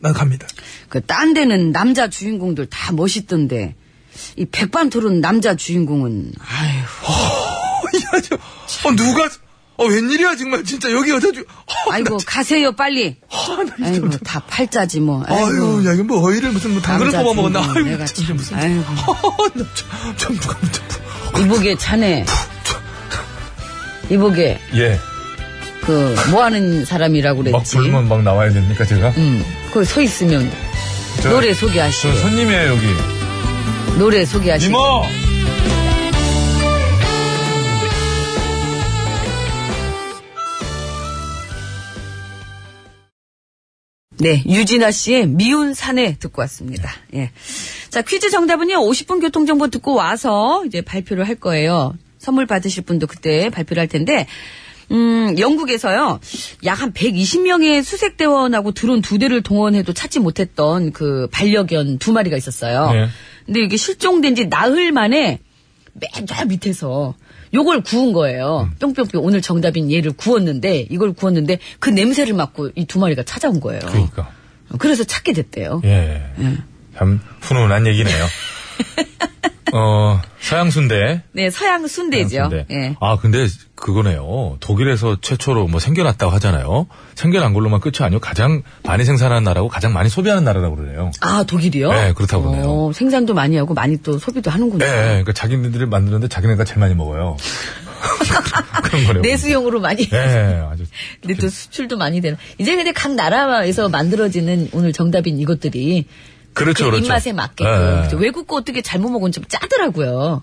Speaker 6: 난 갑니다.
Speaker 2: 그 딴 데는 남자 주인공들 다 멋있던데 이 백반토론 남자 주인공은 아유,
Speaker 6: 어, 이 아주, 어, 누가, 어, 웬일이야, 정말. 진짜 여기 여자 주, 어,
Speaker 2: 아이고 가세요 빨리.
Speaker 6: 아, 나 진짜.
Speaker 2: 아이고 다 팔자지 뭐.
Speaker 6: 아유, 야, 이거 뭐 어이를 무슨 뭐 당근을
Speaker 2: 남자
Speaker 6: 뽑아먹었나?
Speaker 2: 중에
Speaker 6: 아유,
Speaker 2: 내가
Speaker 6: 진짜
Speaker 2: 참,
Speaker 6: 무슨.
Speaker 2: 아이고.
Speaker 6: 아, 나 참, 참, 누가 문자
Speaker 2: 이보게 자네. 이보게
Speaker 3: 예.
Speaker 2: 그 뭐하는 사람이라고
Speaker 3: 막
Speaker 2: 그랬지.
Speaker 3: 불면 막 나와야 됩니까, 제가?
Speaker 2: 음, 거기 서 있으면
Speaker 3: 저-
Speaker 2: 노래
Speaker 3: 저
Speaker 2: 소개하시오.
Speaker 3: 손님이에요, 여기.
Speaker 2: 노래 소개하시오.
Speaker 3: 이모!
Speaker 2: 네, 유진아 씨의 미운 사내 듣고 왔습니다. 예. 자, 퀴즈 정답은요, 50분 교통정보 듣고 와서 이제 발표를 할 거예요. 선물 받으실 분도 그때 발표를 할 텐데, 음, 영국에서요, 약 한 120명의 수색대원하고 드론 두 대를 동원해도 찾지 못했던 그 반려견 두 마리가 있었어요.
Speaker 3: 네.
Speaker 2: 근데 이게 실종된 지 나흘 만에 맨 저 밑에서 요걸 구운 거예요.
Speaker 1: 음.
Speaker 2: 뿅뿅뿅 오늘 정답인 얘를 구웠는데 이걸 구웠는데 그 냄새를 맡고 이 두 마리가 찾아온 거예요.
Speaker 3: 그러니까.
Speaker 2: 그래서 찾게 됐대요.
Speaker 3: 예. 참 훈훈한 얘기네요. 어, 서양순대.
Speaker 2: 네, 서양 순대죠.
Speaker 3: 서양순대.
Speaker 2: 예.
Speaker 1: 아, 근데 그거네요. 독일에서 최초로 뭐 생겨났다고 하잖아요. 생겨난 걸로만 끝이 아니고 가장 많이 생산하는 나라고 가장 많이 소비하는 나라라고 그러네요.
Speaker 2: 아, 독일이요?
Speaker 1: 네, 그렇다고 그러네요.
Speaker 2: 어, 생산도 많이 하고 많이 또 소비도 하는군요.
Speaker 1: 예, 예. 그러니까 자기네들이 만드는데 자기네가 제일 많이 먹어요. 그런 거네요.
Speaker 2: 내수용으로 많이.
Speaker 1: 예, 아주
Speaker 2: 근데 또 수출도 많이 되는. 이제 근데 각 나라에서 만들어지는 오늘 정답인 이것들이
Speaker 1: 그렇죠,
Speaker 2: 그
Speaker 1: 그렇죠.
Speaker 2: 입맛에 맞게끔.
Speaker 1: 예.
Speaker 2: 그죠? 외국 거 어떻게 잘못 먹으면 좀 짜더라고요.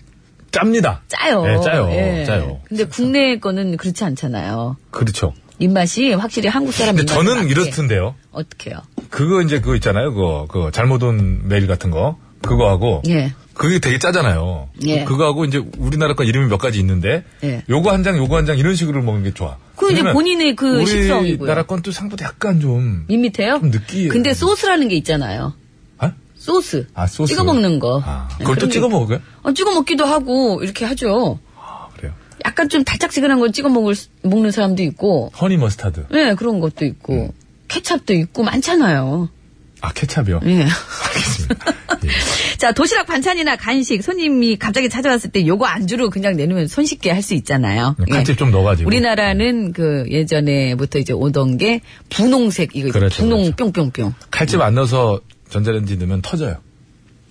Speaker 1: 짭니다.
Speaker 2: 짜요. 네.
Speaker 1: 예, 짜요. 짜요.
Speaker 2: 근데 국내 거는 그렇지 않잖아요.
Speaker 1: 그렇죠.
Speaker 2: 입맛이 확실히 한국 사람
Speaker 1: 근데
Speaker 2: 입맛에
Speaker 1: 저는
Speaker 2: 맞게.
Speaker 1: 이렇던데요.
Speaker 2: 어떻게요?
Speaker 1: 그거 이제 그거 있잖아요. 그거, 그거 잘못 온 메일 같은 거. 그거하고.
Speaker 2: 예.
Speaker 1: 그게 되게 짜잖아요.
Speaker 2: 예.
Speaker 1: 그거하고 이제 우리나라 거 이름이 몇 가지 있는데.
Speaker 2: 예.
Speaker 1: 요거 한 장, 요거 한 장 이런 식으로 먹는 게 좋아.
Speaker 2: 그 이제
Speaker 1: 왜냐면
Speaker 2: 본인의 그 식성이고요. 예.
Speaker 1: 우리나라 건 또 상보다 약간 좀.
Speaker 2: 밋밋해요?
Speaker 1: 좀 느끼해요.
Speaker 2: 근데 소스라는 게 있잖아요.
Speaker 1: 어?
Speaker 2: 소스.
Speaker 1: 아, 소스.
Speaker 2: 찍어 먹는 거.
Speaker 1: 아,
Speaker 2: 네,
Speaker 1: 그걸 또
Speaker 2: 그런
Speaker 1: 찍어
Speaker 2: 게-
Speaker 1: 먹어요?
Speaker 2: 어, 찍어 먹기도 하고 이렇게 하죠.
Speaker 1: 아, 그래요.
Speaker 2: 약간 좀 달짝지근한 걸 찍어 먹을 수- 먹는 사람도 있고,
Speaker 1: 허니 머스타드.
Speaker 2: 예 그런 것도 있고,
Speaker 1: 음.
Speaker 2: 케찹도 있고 많잖아요.
Speaker 1: 아, 케찹이요.
Speaker 2: 예.
Speaker 1: 알겠습니다. 예.
Speaker 2: 자, 도시락 반찬이나 간식 손님이 갑자기 찾아왔을 때 요거 안주로 그냥 내놓으면 손쉽게 할 수 있잖아요. 예.
Speaker 1: 간집 네, 좀 넣어가지고.
Speaker 2: 우리나라는 그 예전에부터 이제 오던 게 분홍색 이거 있죠.
Speaker 1: 그렇죠,
Speaker 2: 분홍 뿅뿅뿅.
Speaker 1: 칼집 안 넣어서 전자레인지 넣으면 터져요.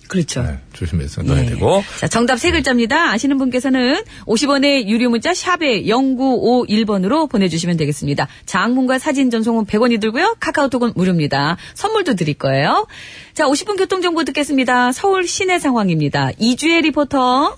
Speaker 2: 그렇죠.
Speaker 1: 네, 조심해서 넣어야
Speaker 2: 예.
Speaker 1: 되고.
Speaker 2: 자, 정답 세 글자입니다. 아시는 분께서는 50원의 유료 문자 샵에 0951번으로 보내주시면 되겠습니다. 장문과 사진 전송은 100원이 들고요. 카카오톡은 무료입니다. 선물도 드릴 거예요. 자, 50분 교통정보 듣겠습니다. 서울 시내 상황입니다. 이주혜 리포터.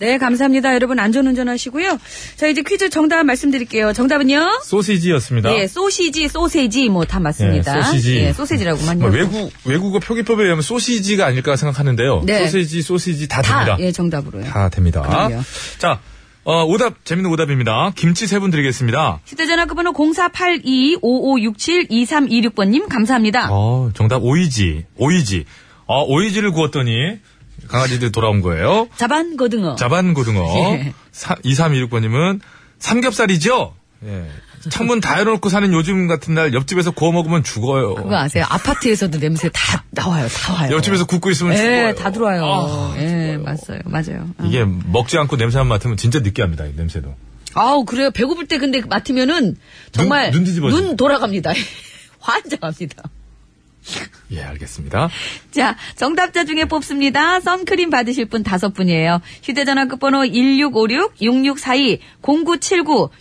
Speaker 2: 네, 감사합니다. 여러분 안전운전 하시고요. 자, 이제 퀴즈 정답 말씀드릴게요. 정답은요?
Speaker 1: 소시지였습니다.
Speaker 2: 예, 소시지, 소세지 뭐 다 맞습니다.
Speaker 1: 예, 소시지.
Speaker 2: 예, 소세지라고만
Speaker 1: 뭐
Speaker 2: 해요.
Speaker 1: 외국 외국어 표기법에 의하면 소시지가 아닐까 생각하는데요.
Speaker 2: 네.
Speaker 1: 소시지 소시지 다,
Speaker 2: 다,
Speaker 1: 됩니다.
Speaker 2: 예, 정답으로요.
Speaker 1: 다 됩니다.
Speaker 2: 그럼요.
Speaker 1: 자, 어, 오답 재밌는 오답입니다. 김치 세 분 드리겠습니다.
Speaker 2: 휴대전화 끝번호 0482-5567-2326번님 감사합니다.
Speaker 1: 어, 정답 오이지 오이지. 어, 오이지를 구웠더니 강아지들이 돌아온 거예요.
Speaker 2: 자반 거등어.
Speaker 1: 자반 고등어.
Speaker 2: 예.
Speaker 1: 2326번님은 삼겹살이죠. 예. 창문 다 열어놓고 사는 요즘 같은 날 옆집에서 구워 먹으면 죽어요.
Speaker 2: 그거 아세요? 아파트에서도 냄새 다 나와요. 다 와요.
Speaker 1: 옆집에서 굽고 있으면 죽어요.
Speaker 2: 예, 다 들어와요.
Speaker 1: 아,
Speaker 2: 예, 맞아요. 맞아요. 아.
Speaker 1: 이게 먹지 않고 냄새만 맡으면 진짜 느끼합니다. 이 냄새도.
Speaker 2: 아우, 그래요. 배고플 때 근데 맡으면은 정말
Speaker 1: 눈 뒤집어지-
Speaker 2: 눈 돌아갑니다. 환장합니다.
Speaker 1: 예, 알겠습니다.
Speaker 2: 자, 정답자 중에 뽑습니다. 선크림 받으실 분 다섯 분이에요. 휴대전화 끝번호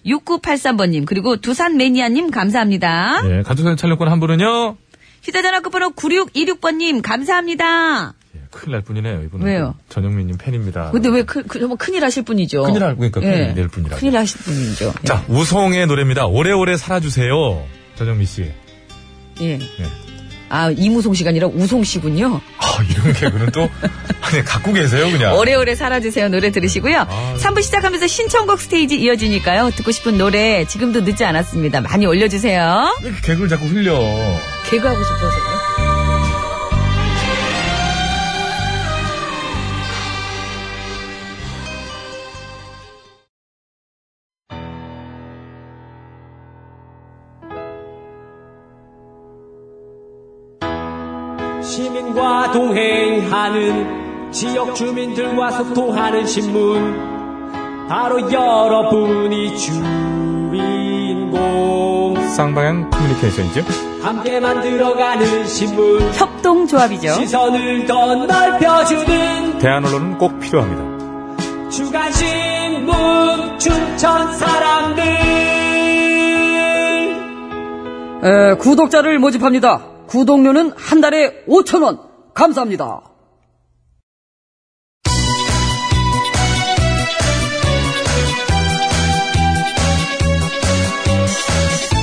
Speaker 2: 1656-6642-0979-6983번님, 그리고 두산매니아님 감사합니다.
Speaker 1: 예, 가족사진 촬영권 한 분은요.
Speaker 2: 휴대전화 끝번호 9626번님, 감사합니다.
Speaker 1: 예, 큰일 날 뿐이네요. 이분은
Speaker 2: 왜요?
Speaker 1: 전영민님 팬입니다.
Speaker 2: 근데 왜 큰, 큰, 뭐 큰일 하실 분이죠? 예.
Speaker 1: 큰일 할- 그러니까 큰일 낼 분이라고.
Speaker 2: 큰일 하실 분이죠.
Speaker 1: 자, 우성의 노래입니다. 오래오래 살아주세요. 전영민 씨.
Speaker 2: 예. 예.
Speaker 1: 네.
Speaker 2: 아, 이무송 씨가 아니라 우송 씨군요.
Speaker 1: 아, 이런 개그는 또, 아니, 갖고 계세요, 그냥.
Speaker 2: 오래오래 살아주세요. 노래 들으시고요.
Speaker 1: 아유. 네.
Speaker 2: 3부 시작하면서 신청곡 스테이지 이어지니까요. 듣고 싶은 노래 지금도 늦지 않았습니다. 많이 올려주세요.
Speaker 1: 왜 이렇게 개그를 자꾸 흘려.
Speaker 2: 개그하고 싶어서요.
Speaker 9: 시민과 동행하는 지역 주민들과 소통하는 신문 바로 여러분이 주인공
Speaker 1: 쌍방향 커뮤니케이션이죠.
Speaker 9: 함께 만들어가는 신문
Speaker 2: 협동조합이죠.
Speaker 9: 시선을 더 넓혀주는
Speaker 1: 대한 언론은 꼭 필요합니다.
Speaker 9: 주간신문 춘천 사람들
Speaker 2: 에, 구독자를 모집합니다. 구독료는 한 달에 5천 원. 감사합니다.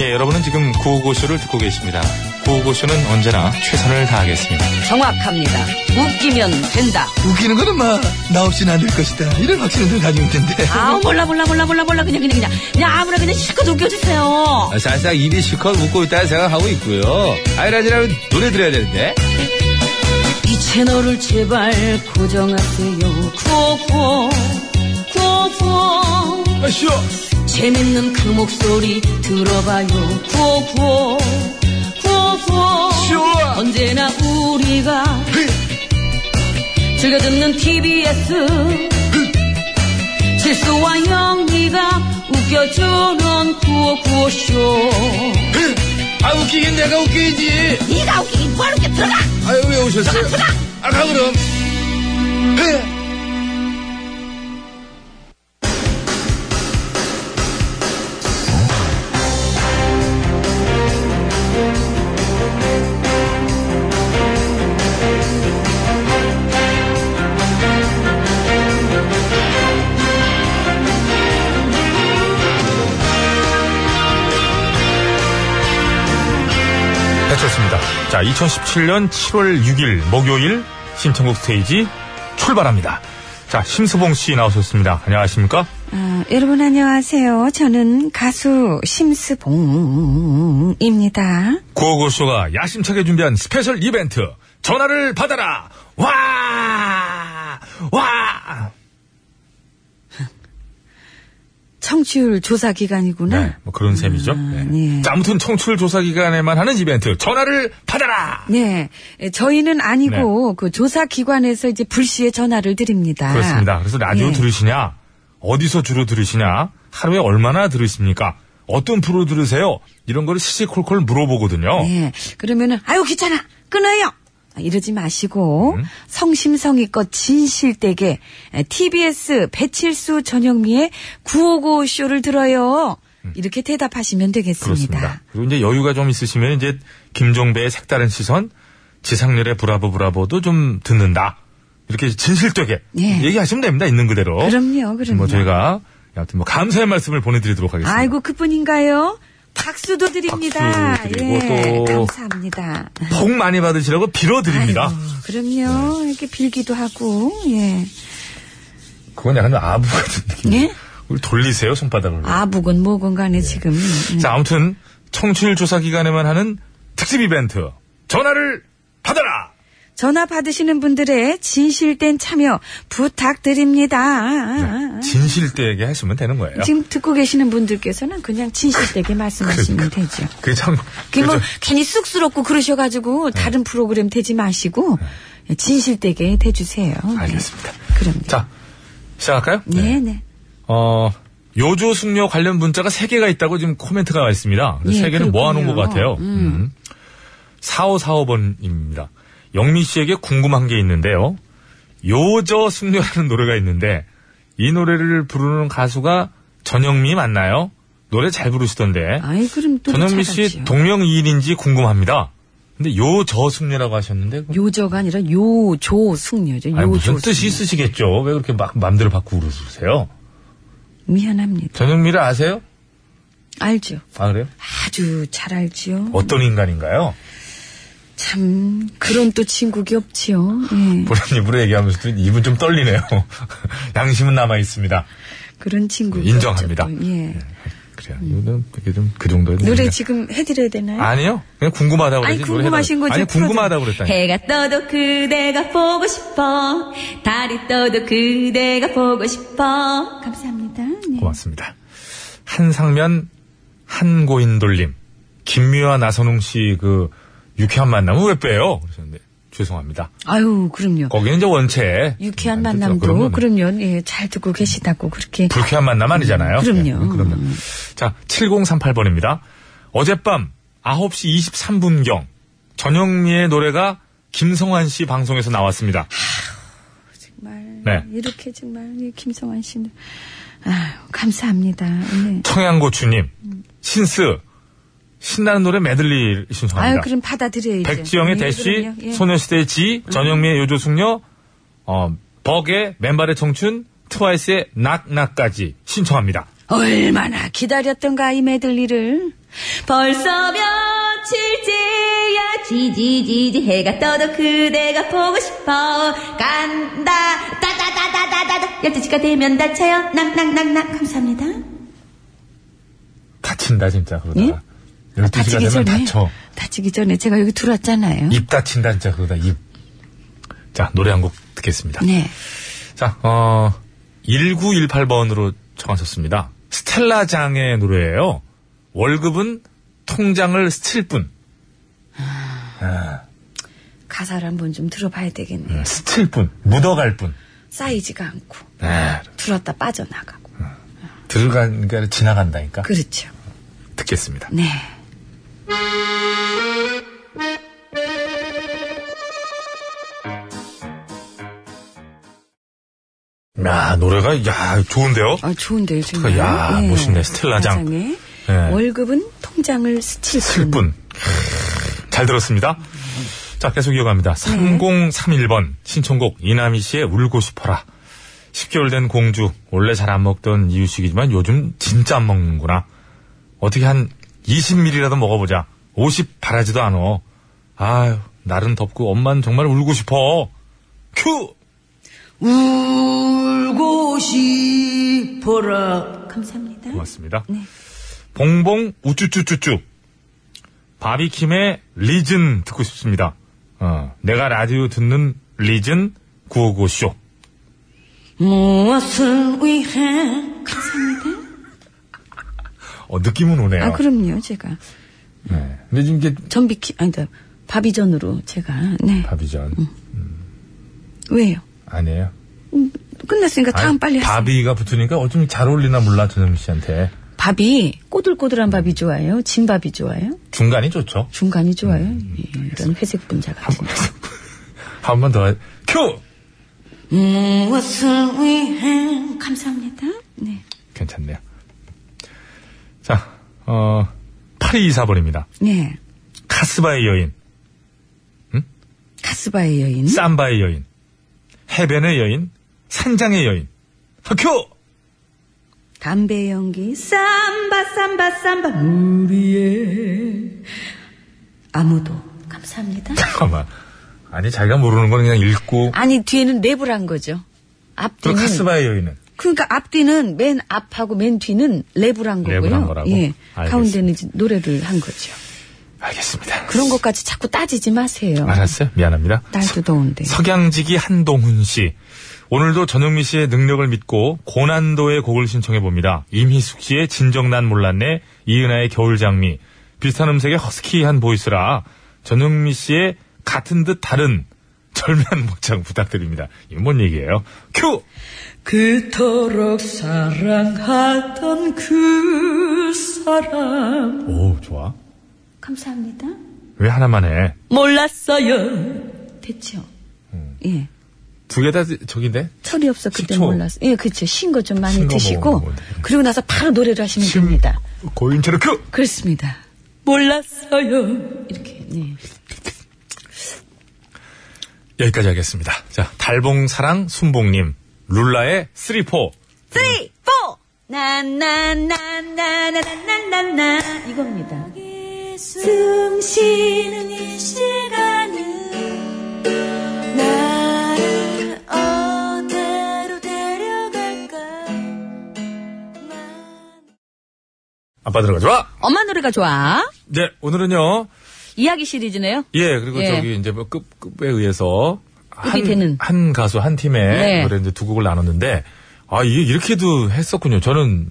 Speaker 1: 예, 여러분은 지금 구호고쇼를 듣고 계십니다. 구호고쇼는 언제나 최선을 다하겠습니다.
Speaker 2: 정확합니다. 웃기면 된다.
Speaker 6: 웃기는 거는 막, 나 없이는 안 될 것이다. 이런 확신을 늘 가지고 있는데.
Speaker 2: 아 몰라 몰라 몰라 몰라 몰라 그냥 그냥 그냥 그냥 아무나 그냥 실컷 웃겨주세요.
Speaker 7: 아, 살짝 입이 실컷 웃고 있다는 생각하고 있고요. 아이라지라면 노래 들어야 되는데.
Speaker 2: 이 채널을 제발 고정하세요. 구호구호 구호구호
Speaker 3: 아, 쉬어.
Speaker 2: 재밌는 그 목소리 들어봐요. 구호구호 구호구호 언제나 우리가 즐겨 듣는 TBS 실수와 영리가 웃겨주는 구호구호쇼
Speaker 7: 아, 웃기긴 내가 웃기지.
Speaker 2: 네가 웃기긴 뭘 웃겨 들어가
Speaker 7: 아유, 왜 오셨어요? 아, 가, 그럼.
Speaker 1: 배쳤습니다. 네, 자, 2017년 7월 6일 목요일 신청곡 스테이지 출발합니다. 자, 심수봉 씨 나오셨습니다. 안녕하십니까?
Speaker 10: 아, 여러분 안녕하세요. 저는 가수 심스봉입니다.
Speaker 1: 구호고쇼가 야심차게 준비한 스페셜 이벤트 전화를 받아라 와! 와!
Speaker 10: 청취율 조사 기간이구나.
Speaker 1: 네, 뭐 그런 셈이죠. 네.
Speaker 10: 예.
Speaker 1: 자, 아무튼 청출 조사 기간에만 하는 이벤트 전화를 받아라.
Speaker 10: 네. 예, 저희는 아니고 그 조사 기관에서 이제 불시에 전화를 드립니다.
Speaker 1: 네. 그렇습니다. 그래서 라디오
Speaker 10: 예.
Speaker 1: 들으시냐? 어디서 주로 들으시냐? 하루에 얼마나 들으십니까? 어떤 프로 들으세요? 이런 거를 시시콜콜 물어보거든요.
Speaker 10: 예. 그러면은 아유 귀찮아 끊어요. 아, 이러지 마시고
Speaker 1: 음.
Speaker 10: 성심성의껏 진실되게 에, TBS 배칠수 전영미의 955 쇼를 들어요. 이렇게 대답하시면
Speaker 1: 그렇습니다.
Speaker 10: 되겠습니다.
Speaker 1: 음. 그리고 이제 여유가 좀 있으시면 이제 김종배의 색다른 시선, 지상렬의 브라보 브라보도 좀 듣는다. 이렇게 진실되게
Speaker 10: 예.
Speaker 1: 얘기하시면 됩니다. 있는 그대로.
Speaker 10: 그럼요, 그럼요.
Speaker 1: 뭐 저희가 아무튼 뭐 감사의 말씀을 보내드리도록 하겠습니다.
Speaker 10: 아이고 그뿐인가요? 박수도 드립니다.
Speaker 1: 박수 드리고
Speaker 10: 예,
Speaker 1: 또
Speaker 10: 감사합니다.
Speaker 1: 복 많이 받으시라고 빌어드립니다.
Speaker 10: 아이고, 그럼요.
Speaker 1: 네.
Speaker 10: 이렇게 빌기도 하고 예.
Speaker 1: 그건 약간 좀 아부 같은 느낌.
Speaker 10: 예?
Speaker 1: 우리 돌리세요 손바닥을.
Speaker 10: 아부건 뭐건 간에 지금 예.
Speaker 1: 자 아무튼 청취율 조사 기간에만 하는 특집 이벤트 전화를 받아라.
Speaker 10: 전화 받으시는 분들의 진실된 참여 부탁드립니다.
Speaker 1: 진실되게 하시면 되는 거예요.
Speaker 10: 아. 지금 듣고 계시는 분들께서는 그냥 진실되게 말씀하시면 되죠.
Speaker 1: 그게 참
Speaker 10: 그게 뭐
Speaker 1: 그러니까. 그죠? 네.
Speaker 10: 괜히 쑥스럽고 그러셔가지고 다른 프로그램 되지 마시고 진실되게 대주세요. 네.
Speaker 1: 알겠습니다.
Speaker 10: 그럼
Speaker 1: 자 시작할까요?
Speaker 10: 네, 네.
Speaker 1: 어, 요조 숙녀 관련 문자가 세개가 있다고 지금 코멘트가 와 있습니다.
Speaker 10: 예,
Speaker 1: 세개는 모아놓은 것
Speaker 10: 그렇군요.
Speaker 1: 같아요. 음. 4545번입니다. 영미 씨에게 궁금한 게 있는데요. 요저 숙녀라는 노래가 있는데, 이 노래를 부르는 가수가 전영미 맞나요? 노래 잘 부르시던데.
Speaker 10: 아이 그럼 또
Speaker 1: 전영미 씨
Speaker 10: 찾았지요.
Speaker 1: 동명이인인지 궁금합니다. 근데 요저 숙녀라고 하셨는데,
Speaker 10: 요저가 아니라 요조 숙녀죠.
Speaker 1: 아니, 무슨
Speaker 10: 요조 숙녀.
Speaker 1: 뜻이 있으시겠죠? 왜 그렇게 막 맘대로 바꾸고 그러세요?
Speaker 10: 미안합니다.
Speaker 1: 전영미를 아세요?
Speaker 10: 알죠.
Speaker 1: 아, 그래요?
Speaker 10: 아주 잘 알지요.
Speaker 1: 어떤 인간인가요?
Speaker 10: 참 그런 또 친구기 없지요. 예.
Speaker 1: 보란 입으로 얘기하면서도 입은 좀 떨리네요. 양심은 남아 있습니다.
Speaker 10: 그런 친구
Speaker 1: 인정합니다.
Speaker 10: 예.
Speaker 1: 그래요. 이거는 되게 좀 그 정도는
Speaker 10: 노래
Speaker 1: 그냥-
Speaker 10: 지금 해드려야 되나요?
Speaker 1: 아니요. 그냥 궁금하다고
Speaker 10: 아니,
Speaker 1: 그러지. 노래
Speaker 10: 궁금하신
Speaker 1: 해달라고.
Speaker 10: 거지.
Speaker 1: 아니 궁금하다고 그랬다.
Speaker 2: 해가 떠도 그대가 보고 싶어. 달이 떠도 그대가 보고 싶어.
Speaker 10: 감사합니다. 네.
Speaker 1: 고맙습니다. 한상면 한고인 돌림 김미화 나선홍 씨 그 유쾌한 만남은 왜 빼요? 그러셨는데 죄송합니다.
Speaker 2: 아유, 그럼요.
Speaker 1: 거기는 이제 원체
Speaker 2: 유쾌한
Speaker 1: 안 듣죠.
Speaker 2: 만남도
Speaker 1: 아, 그렇죠. 그럼요.
Speaker 2: 그럼요. 예, 잘 듣고 계시다고 그렇게
Speaker 1: 불쾌한 만남 아니잖아요.
Speaker 2: 그럼요.
Speaker 1: 네, 그럼요. 자, 7038번입니다. 어젯밤 9시 23분경 전영미의 노래가 김성환 씨 방송에서 나왔습니다.
Speaker 2: 정말
Speaker 1: 네.
Speaker 2: 이렇게 정말 이 김성환 씨는 아유, 감사합니다. 네.
Speaker 1: 청양고추님, 신스, 신나는 노래 메들리 신청합니다.
Speaker 2: 아유, 그럼 받아들여야죠.
Speaker 1: 백지영의
Speaker 2: 예,
Speaker 1: 대쉬,
Speaker 2: 그럼요. 예.
Speaker 1: 소녀시대의 지, 전영미의 요조숙녀, 어, 버의 맨발의 청춘, 트와이스의 낙낙까지 신청합니다.
Speaker 2: 얼마나 기다렸던가 이 메들리를
Speaker 9: 벌써 며칠째야 지지지지 해가 떠도 그대가 보고 싶어 간다 따다다다다다다 12시가 되면 다쳐요 낙낙낙낙 감사합니다
Speaker 1: 다친다, 진짜, 그러다가.
Speaker 2: 아,
Speaker 1: 12시가
Speaker 2: 다치기
Speaker 1: 되면
Speaker 2: 전에
Speaker 1: 다쳐.
Speaker 2: 다치기 전에 제가 여기 들어왔잖아요.
Speaker 1: 입 다친다, 진짜, 그러다, 입. 자, 노래 한 곡 듣겠습니다.
Speaker 2: 네.
Speaker 1: 자, 어, 1918번으로 청하셨습니다. 스텔라 장의 노래예요. 월급은 통장을 스칠 뿐.
Speaker 2: 가사를 한번 좀 들어봐야 되겠네.
Speaker 1: 음, 스칠 뿐. 묻어갈 뿐.
Speaker 2: 쌓이지가 않고
Speaker 1: 네.
Speaker 2: 들어왔다 빠져나가고
Speaker 1: 들어간 게 아니라 지나간다니까.
Speaker 2: 그렇죠.
Speaker 1: 듣겠습니다.
Speaker 2: 네.
Speaker 1: 야, 노래가, 야, 좋은데요?
Speaker 2: 아 좋은데요, 지금.
Speaker 1: 야, 멋있네, 스텔라장.
Speaker 2: 가장의
Speaker 1: 네.
Speaker 2: 월급은 통장을 스칠
Speaker 1: 슬
Speaker 2: 뿐.
Speaker 1: 뿐. 잘 들었습니다. 자, 계속 이어갑니다. 3031번 신청곡 이남희 씨의 울고 싶어라. 10개월 된 공주. 원래 잘 안 먹던 이유식이지만 요즘 진짜 안 먹는구나. 어떻게 한 20ml라도 먹어보자. 50 바라지도 않어. 아유, 날은 덥고 엄만 정말 울고 싶어. 큐!
Speaker 9: 울고 싶어라 감사합니다
Speaker 1: 고맙습니다.
Speaker 2: 네.
Speaker 1: 봉봉 우쭈쭈쭈쭈. 바비킴의 리즌 듣고 싶습니다. 어, 내가 라디오 듣는 리즌 955쇼.
Speaker 9: 무엇을 위해
Speaker 1: 어, 느낌은 오네요.
Speaker 2: 아 그럼요, 제가
Speaker 1: 네. 근데 지금 이게
Speaker 2: 전비키 아니다 바비전으로 제가 네
Speaker 1: 바비전
Speaker 2: 왜요?
Speaker 1: 아니에요.
Speaker 2: 끝났으니까 다음
Speaker 1: 아니,
Speaker 2: 빨리 하세요.
Speaker 1: 바비가 붙으니까 어쩜 잘 어울리나 몰라 전현미 씨한테.
Speaker 2: 밥이 꼬들꼬들한 밥이 좋아요? 진밥이 좋아요?
Speaker 1: 중간이 좋죠.
Speaker 2: 중간이 좋아요? 예, 이런 회색 분자 같은 거.
Speaker 1: 한 번 더. 하- 큐.
Speaker 9: 무엇을 위해 감사합니다
Speaker 2: 네.
Speaker 1: 괜찮네요. 자, 어 8224번입니다.
Speaker 2: 네.
Speaker 1: 카스바의 여인.
Speaker 2: 가스바의 여인.
Speaker 1: 쌈바의 여인, 해변의 여인, 산장의 여인. 큐!
Speaker 2: 담배 연기.
Speaker 9: 삼바 삼바 삼바 우리의 아무도 감사합니다
Speaker 1: 잠깐만. 아니, 자기가 모르는 건 그냥 읽고.
Speaker 2: 아니, 뒤에는 랩을 한 거죠.
Speaker 1: 그리고
Speaker 2: 앞뒤는.
Speaker 1: 카스바의 여인은.
Speaker 2: 그러니까 앞뒤는 맨 앞하고 맨 뒤는 랩을 한
Speaker 1: 랩을
Speaker 2: 거고요.
Speaker 1: 한 거라고?
Speaker 2: 예.
Speaker 1: 알겠습니다.
Speaker 2: 가운데는 이제 노래를 한 거죠.
Speaker 1: 알겠습니다.
Speaker 2: 그런 것까지 자꾸 따지지 마세요.
Speaker 1: 알았어요. 미안합니다.
Speaker 2: 날도 더운데.
Speaker 1: 석양지기 한동훈 씨. 오늘도 전영미 씨의 능력을 믿고 고난도의 곡을 신청해 봅니다. 임희숙 씨의 진정난 몰랐네, 이은하의 겨울장미. 비슷한 음색의 허스키한 보이스라 전영미 씨의 같은 듯 다른 절묘한 목장 부탁드립니다. 이건 뭔 얘기예요? 큐!
Speaker 2: 그,
Speaker 9: 그토록 사랑하던 그 사람
Speaker 1: 오, 좋아.
Speaker 2: 감사합니다.
Speaker 1: 왜 하나만 해?
Speaker 9: 몰랐어요
Speaker 2: 됐죠. 예.
Speaker 1: 두 개 다 저긴데?
Speaker 2: 철이 없어 그때
Speaker 1: 음. 10초.
Speaker 2: 몰랐어. 예, 그렇죠. 신 거 좀 많이
Speaker 1: 신거
Speaker 2: 드시고
Speaker 1: 먹으면 뭐
Speaker 2: 그리고 나서 바로 노래를 하시면
Speaker 1: 신-
Speaker 2: 됩니다.
Speaker 1: 고인체로 큐!
Speaker 2: 그렇습니다.
Speaker 9: 몰랐어요
Speaker 2: 이렇게. 네.
Speaker 1: 여기까지 하겠습니다. 자, 달봉사랑 순봉님, 룰라의 3, 4.
Speaker 9: 3 4 나나나나나나나나나
Speaker 2: 이겁니다.
Speaker 11: 숨 쉬는 이 시간은 나를 어디로 데려갈까
Speaker 1: 아빠 들어가죠.
Speaker 9: 엄마 노래가 좋아
Speaker 1: 네, 오늘은요.
Speaker 9: 이야기 시리즈네요
Speaker 1: 예, 그리고
Speaker 9: 예.
Speaker 1: 저기 이제 뭐 급, 급에 의해서 한,
Speaker 9: 되는.
Speaker 1: 한 가수, 한 팀의
Speaker 9: 네.
Speaker 1: 노래 이제 두 곡을 나눴는데, 아, 이게 이렇게도 했었군요. 저는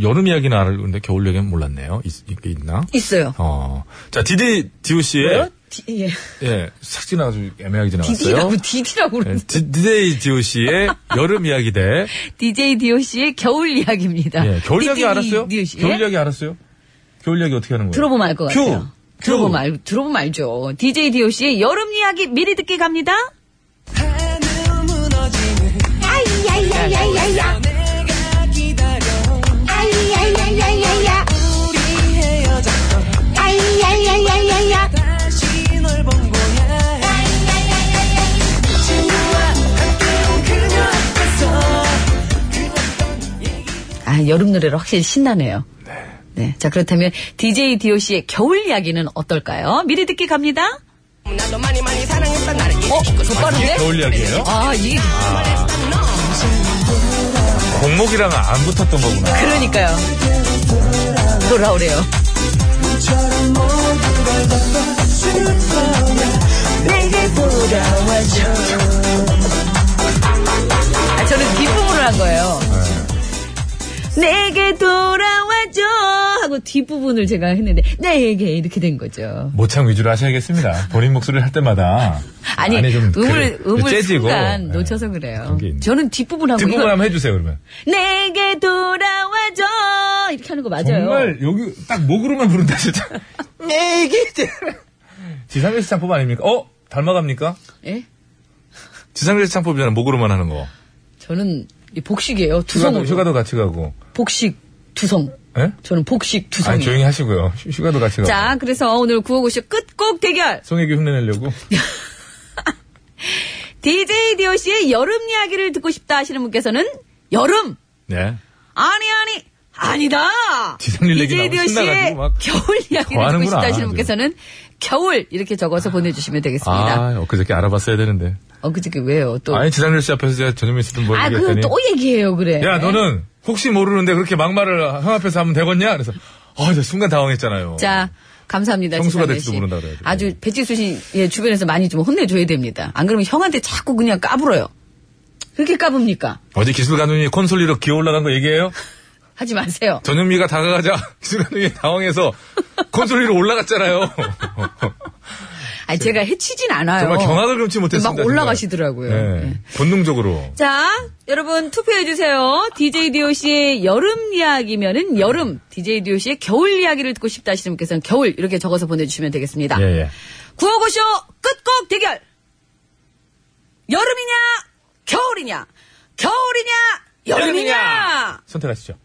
Speaker 1: 여름 이야기는 알았는데 겨울 얘기는 몰랐네요. 있, 이게 있나?
Speaker 9: 있어요
Speaker 1: 어. 자, 디디, 디오 씨의
Speaker 9: 왜요?
Speaker 2: 디, 예.
Speaker 1: 예, 싹 지나가지고 애매하게 지나갔어요.
Speaker 2: 디디라고, 디디라고
Speaker 1: 예,
Speaker 2: 그러는
Speaker 1: 디- DJ DOC의 여름 이야기 대
Speaker 2: DJ DOC의 겨울 이야기입니다.
Speaker 1: 예, 겨울 이야기
Speaker 2: DD
Speaker 1: 알았어요?
Speaker 2: DOC. 예?
Speaker 1: 겨울 이야기 알았어요? 겨울 이야기 어떻게 하는 거예요?
Speaker 2: 들어보면 알 것
Speaker 1: 큐!
Speaker 2: 같아요. 들어보면, 알, 들어보면 알죠. DJ DOC의 여름 이야기 미리 듣기 갑니다.
Speaker 9: 아이야야야야야 내가 기다려 아이야야야야야 우리 헤어졌던 아이야야야야야 다시 널 본 거야 아이야야야야 친구와 함께 온 그녀 앞에서
Speaker 2: 아, 여름 노래로 확실히 신나네요. 네. 자, 그렇다면 DJ DOC의 겨울 이야기는 어떨까요? 미리 듣기 갑니다.
Speaker 9: 나도 많이 많이 사랑했던 나를
Speaker 2: 어? 더 빠른데?
Speaker 1: 겨울 이야기예요?
Speaker 2: 아, 이게,
Speaker 1: 공목이랑 안 붙었던 거구나.
Speaker 2: 그러니까요. 돌아오래요. 아, 저는 뒷부분을 한 거예요. 네. 내게 돌아와줘 하고 뒷부분을 제가 했는데 내게 이렇게 된 거죠.
Speaker 1: 모창 위주로 하셔야겠습니다. 본인 목소리를 할 때마다.
Speaker 2: 아니,
Speaker 1: 안에 좀
Speaker 2: 음을
Speaker 1: 그-
Speaker 2: 음을
Speaker 1: 재즈고.
Speaker 2: 순간
Speaker 1: 예.
Speaker 2: 놓쳐서 그래요.
Speaker 1: 그런 게 있네.
Speaker 2: 저는 뒷부분 하고
Speaker 1: 뒷부분 한번 해주세요, 그러면.
Speaker 2: 내게 돌아와줘 이렇게 하는 거 맞아요.
Speaker 1: 정말 여기 딱 목으로만 부른다, 진짜. 내게 지상렬씨 창법 아닙니까? 어? 닮아갑니까?
Speaker 2: 예?
Speaker 1: 지상렬씨 창법이잖아, 목으로만 하는 거.
Speaker 2: 저는 이 복식이에요.
Speaker 1: 휴가도,
Speaker 2: 두성으로.
Speaker 1: 휴가도 같이 가고.
Speaker 2: 복식 두성.
Speaker 1: 예?
Speaker 2: 저는 복식
Speaker 1: 아니,
Speaker 2: 두성이에요.
Speaker 1: 조용히 하시고요. 휴- 휴가도 같이 가고.
Speaker 2: 자, 그래서 오늘 구호고쇼 끝곡 대결.
Speaker 1: 송혜교 흉내내려고.
Speaker 2: DJ DOC의 여름 이야기를 듣고 싶다 하시는 분께서는 여름
Speaker 1: 네.
Speaker 2: 아니 아니 아니다.
Speaker 1: 지상렬 얘기
Speaker 2: DJ
Speaker 1: 나오고
Speaker 2: DOC의
Speaker 1: 신나가지고 막
Speaker 2: 겨울 이야기를 듣고
Speaker 1: 거하는구나,
Speaker 2: 싶다 하시는
Speaker 1: 지금.
Speaker 2: 분께서는 겨울 이렇게 적어서 보내주시면 되겠습니다.
Speaker 1: 아, 엊그저께 알아봤어야 되는데.
Speaker 2: 어 그저께 왜요 또?
Speaker 1: 아니, 지상렬씨 앞에서 제가 저녁에 있었던 뭘
Speaker 2: 아, 그건
Speaker 1: 얘기했더니.
Speaker 2: 또 얘기해요, 그래.
Speaker 1: 야, 너는 혹시 모르는데 그렇게 막말을 형 앞에서 하면 되겠냐? 그래서, 아, 저 순간 당황했잖아요.
Speaker 2: 자, 감사합니다.
Speaker 1: 형수가
Speaker 2: 지상렬
Speaker 1: 될지도
Speaker 2: 씨.
Speaker 1: 모른다 그래가지고.
Speaker 2: 아주 배치수 씨 예, 주변에서 많이 좀 혼내줘야 됩니다. 안 그러면 형한테 자꾸 그냥 까불어요. 그렇게 까붑니까?
Speaker 1: 어제 기술 감독님이 콘솔리로 기어 올라간 거 얘기해요?
Speaker 2: 하지 마세요.
Speaker 1: 전현미가 다가가자 기술 감독님이 당황해서 콘솔리로 올라갔잖아요.
Speaker 2: 아니, 제가 해치진 않아요.
Speaker 1: 정말 경악을 금치 못했습니다.
Speaker 2: 어. 막 올라가시더라고요.
Speaker 1: 정말. 네,
Speaker 2: 예.
Speaker 1: 본능적으로.
Speaker 2: 자, 여러분 투표해주세요. DJ DOC의 여름 이야기면은 여름, DJ DOC의 겨울 이야기를 듣고 싶다 하시는 분께서는 겨울 이렇게 적어서 보내주시면 되겠습니다.
Speaker 1: 예, 예.
Speaker 2: 구호고쇼 끝곡 대결! 여름이냐, 겨울이냐, 겨울이냐, 여름이냐!
Speaker 1: 선택하시죠.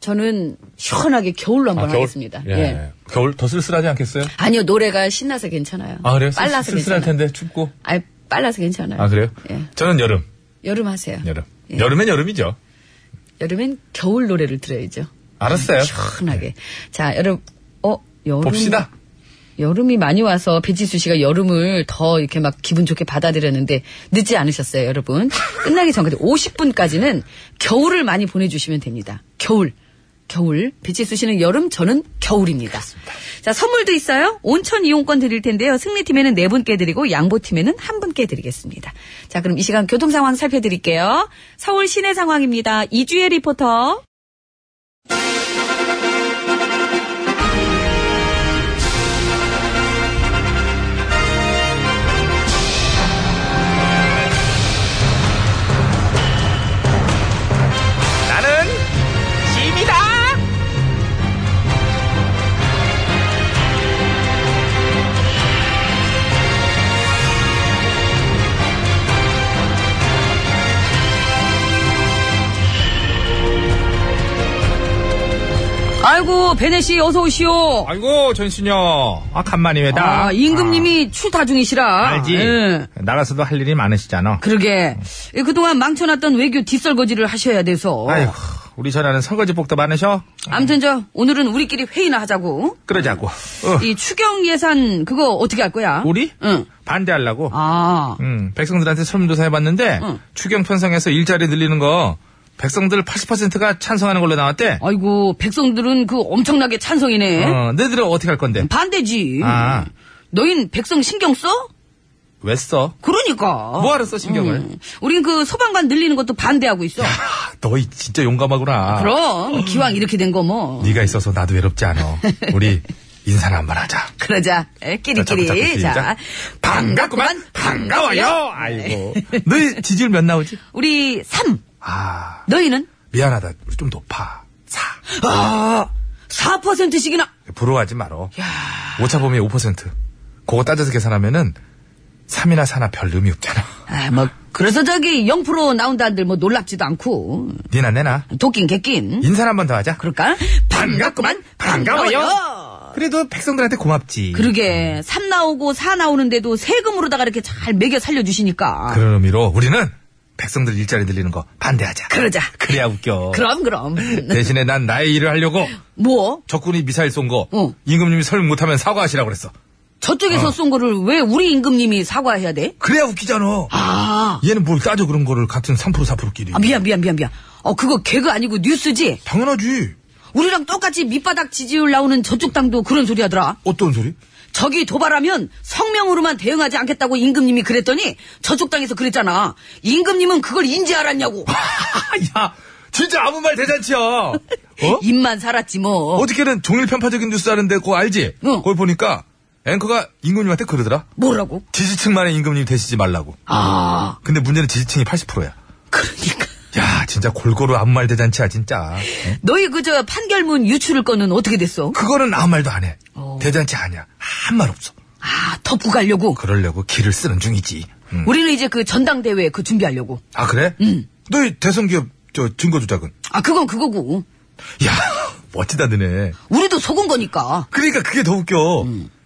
Speaker 2: 저는 시원하게 겨울로 한번 하겠습니다.
Speaker 1: 예.
Speaker 2: 예.
Speaker 1: 겨울 더 쓸쓸하지 않겠어요?
Speaker 2: 아니요, 노래가 신나서 괜찮아요.
Speaker 1: 아, 그래요? 쓸-
Speaker 2: 빨라서
Speaker 1: 쓸쓸할
Speaker 2: 괜찮아요.
Speaker 1: 텐데, 춥고.
Speaker 2: 아니, 빨라서 괜찮아요.
Speaker 1: 아, 그래요?
Speaker 2: 예.
Speaker 1: 저는 여름.
Speaker 2: 여름 하세요. 예.
Speaker 1: 여름. 여름엔 여름이죠.
Speaker 2: 여름엔 겨울 노래를 들어야죠.
Speaker 1: 알았어요.
Speaker 2: 시원하게. 자, 여름, 어, 여름.
Speaker 1: 봅시다.
Speaker 2: 여름이 많이 와서 배지수 씨가 여름을 더 이렇게 막 기분 좋게 받아들였는데 늦지 않으셨어요, 여러분. 끝나기 전까지 50분까지는 겨울을 많이 보내주시면 됩니다. 겨울. 겨울. 배지수 씨는 여름, 저는 겨울입니다. 자, 선물도 있어요. 온천 이용권 드릴 텐데요. 승리팀에는 네 분께 드리고 양보팀에는 한 분께 드리겠습니다. 자, 그럼 이 시간 교통 상황 살펴드릴게요. 서울 시내 상황입니다. 이주혜 리포터.
Speaker 12: 나는 짐이다.
Speaker 13: 아이고 베네 씨 어서 오시오.
Speaker 14: 아이고, 전신여. 아, 간만이외다.
Speaker 13: 아, 임금님이 출타 중이시라.
Speaker 14: 알지?
Speaker 13: 예.
Speaker 14: 나가서도 할 일이 많으시잖아.
Speaker 13: 그러게 예, 그동안 망쳐놨던 외교 뒷설거지를 하셔야 돼서.
Speaker 2: 어.
Speaker 14: 아이고, 우리 전화는 설거지 복도 많으셔?
Speaker 13: 아무튼 저 오늘은 우리끼리 회의나 하자고.
Speaker 14: 그러자고. 어.
Speaker 13: 이 추경 예산 그거 어떻게 할 거야?
Speaker 14: 우리?
Speaker 13: 응.
Speaker 14: 반대하려고.
Speaker 13: 아.
Speaker 14: 음, 백성들한테 설문조사 해봤는데,
Speaker 13: 응.
Speaker 14: 추경 편성해서 일자리 늘리는 거, 백성들 80%가 찬성하는 걸로
Speaker 2: 어,
Speaker 14: 나왔대.
Speaker 13: 아이고 백성들은 그 엄청나게 찬성이네.
Speaker 14: 어, 너희들은 어떻게 할 건데?
Speaker 13: 반대지.
Speaker 14: 아.
Speaker 13: 너흰 백성 신경 써?
Speaker 14: 왜 써?
Speaker 13: 그러니까.
Speaker 14: 뭐하러 써, 신경을?
Speaker 13: 우린 그 소방관 늘리는 것도 반대하고 있어.
Speaker 14: 아, 너희
Speaker 2: 아,
Speaker 14: 진짜 용감하구나.
Speaker 13: 그럼 기왕 이렇게 된 거 뭐.
Speaker 14: 네가 있어서 나도 외롭지 않아. 우리
Speaker 1: 인사를 한번 하자.
Speaker 2: 그러자 에,
Speaker 1: 자, 잡고, 잡고,
Speaker 2: 끼리끼리 자
Speaker 1: 시작.
Speaker 2: 반갑구만
Speaker 1: 반가워요. 아이고. 너희 지지율 몇 나오지?
Speaker 2: 우리 3
Speaker 1: 아,
Speaker 2: 너희는
Speaker 1: 미안하다. 우리 좀 높아. 4.
Speaker 2: 아 4%씩이나
Speaker 1: 부러워하지 말어. 오차범위 5%. 그거 따져서 계산하면은 3이나 4나 별 의미 없잖아.
Speaker 2: 아, 뭐 그래서 저기 0% 나온다는들 뭐 놀랍지도 않고
Speaker 1: 니나 내나.
Speaker 2: 도긴 객긴
Speaker 1: 인사를 한번 더 하자.
Speaker 2: 그럴까
Speaker 1: 예. 반갑구만. 그래도 백성들한테 고맙지.
Speaker 2: 아. 그러게 3 나오고 4 나오는데도 세금으로다가 이렇게 잘 매겨 살려주시니까
Speaker 1: 그런 의미로 우리는 백성들 일자리 늘리는 거 반대하자.
Speaker 2: 그러자.
Speaker 1: 그래야 웃겨.
Speaker 2: 그럼 그럼
Speaker 1: 대신에 난 나의 일을 하려고
Speaker 2: 뭐
Speaker 1: 적군이 미사일 쏜 거
Speaker 2: 어.
Speaker 1: 임금님이 설명 못하면 사과하시라고 그랬어.
Speaker 2: 저쪽에서 쏜 거를 왜 우리 임금님이 사과해야 돼?
Speaker 1: 그래야 웃기잖아.
Speaker 2: 아,
Speaker 1: 얘는 뭘 따져 그런 거를 같은 3% 4%끼리.
Speaker 2: 아, 미안 미안 미안 미안 어 그거 개그 아니고 뉴스지
Speaker 1: 당연하지.
Speaker 2: 우리랑 똑같이 밑바닥 지지율 나오는 저쪽 당도 그런 소리 하더라
Speaker 1: 어떤 소리?
Speaker 2: 저기 도발하면 성명으로만 대응하지 않겠다고 임금님이 그랬더니 저쪽 당에서 그랬잖아. 임금님은 그걸 인지 알았냐고.
Speaker 1: 야, 진짜 아무 말 대잔치야. 어?
Speaker 2: 입만 살았지 뭐.
Speaker 1: 어저께는 종일 편파적인 뉴스 하는데 그거 알지?
Speaker 2: 응.
Speaker 1: 그걸 보니까 앵커가 임금님한테 그러더라.
Speaker 2: 뭐라고?
Speaker 1: 지지층만의 임금님 되시지 말라고.
Speaker 2: 아,
Speaker 1: 근데 문제는 지지층이 80%야.
Speaker 2: 그러니까.
Speaker 1: 야, 진짜 골고루 아무 말 대잔치야, 진짜. 응?
Speaker 2: 너희 그저 판결문 유출을 거는 어떻게 됐어?
Speaker 1: 그거는 아무 말도 안 해. 대잔치 아니야. 한 말 없어.
Speaker 2: 아, 덮고 가려고.
Speaker 1: 그러려고 길을 쓰는 중이지. 응.
Speaker 2: 우리는 이제 그 전당대회 그 준비하려고.
Speaker 1: 아, 그래? 너희 대선기업 저 증거 조작은?
Speaker 2: 아, 그건 그거고.
Speaker 1: 야, 멋지다, 너네.
Speaker 2: 우리도 속은 거니까.
Speaker 1: 그러니까 그게 더 웃겨.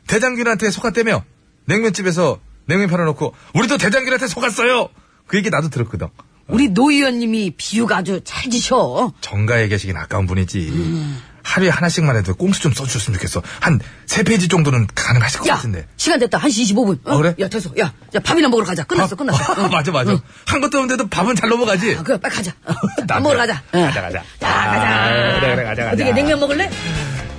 Speaker 1: 대장균한테 속았다며. 냉면집에서 냉면 팔아놓고, 우리도 대장균한테 속았어요! 그 얘기 나도 들었거든.
Speaker 2: 우리 노 의원님이 비유가 아주 찰지셔.
Speaker 1: 정가에 계시긴 아까운 분이지. 하루에 하나씩만 해도 꼼수 좀 써주셨으면 좋겠어. 한 세페이지 정도는 가능하실 것
Speaker 2: 야,
Speaker 1: 같은데.
Speaker 2: 시간 됐다. 1시 25분.
Speaker 1: 아, 그래?
Speaker 2: 야, 됐어. 야, 야, 밥이나 먹으러 가자. 끝났어,
Speaker 1: 밥-
Speaker 2: 끝났어. 응.
Speaker 1: 맞아, 맞아.
Speaker 2: 응.
Speaker 1: 한 것도 없는데도 밥은 잘 넘어가지.
Speaker 2: 아, 그래, 빨리 가자. 어, 밥
Speaker 1: 남편.
Speaker 2: 먹으러 가자. 응.
Speaker 1: 가자, 가자.
Speaker 2: 자, 가자.
Speaker 1: 그래, 그래, 가자, 가자.
Speaker 2: 어떻게 냉면 먹을래?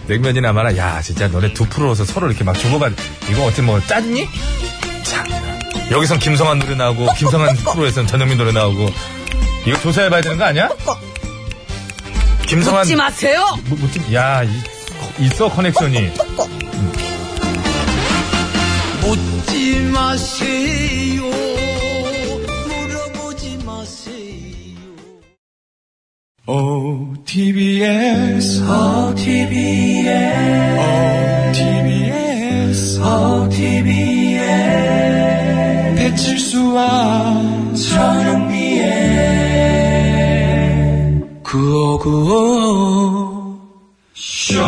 Speaker 1: 냉면이나 마라. 야, 진짜 너네 두 프로로서 서로 이렇게 막 주고받. 이거 어떻게 뭐 짰니? 참. 여기선 김성한 노래 나오고 김성한 프로에선 전영민 노래 나오고 이거 조사해봐야 되는 거 아니야? 김성한
Speaker 2: 묻지 마세요.
Speaker 1: 뭐, 뭐지? 야, 이, 있어 커넥션이.
Speaker 4: 묻지 마세요. 물어보지 마세요. OTBS, OTBS, OTBS, OTBS. 배칠수와 저녁미에 9595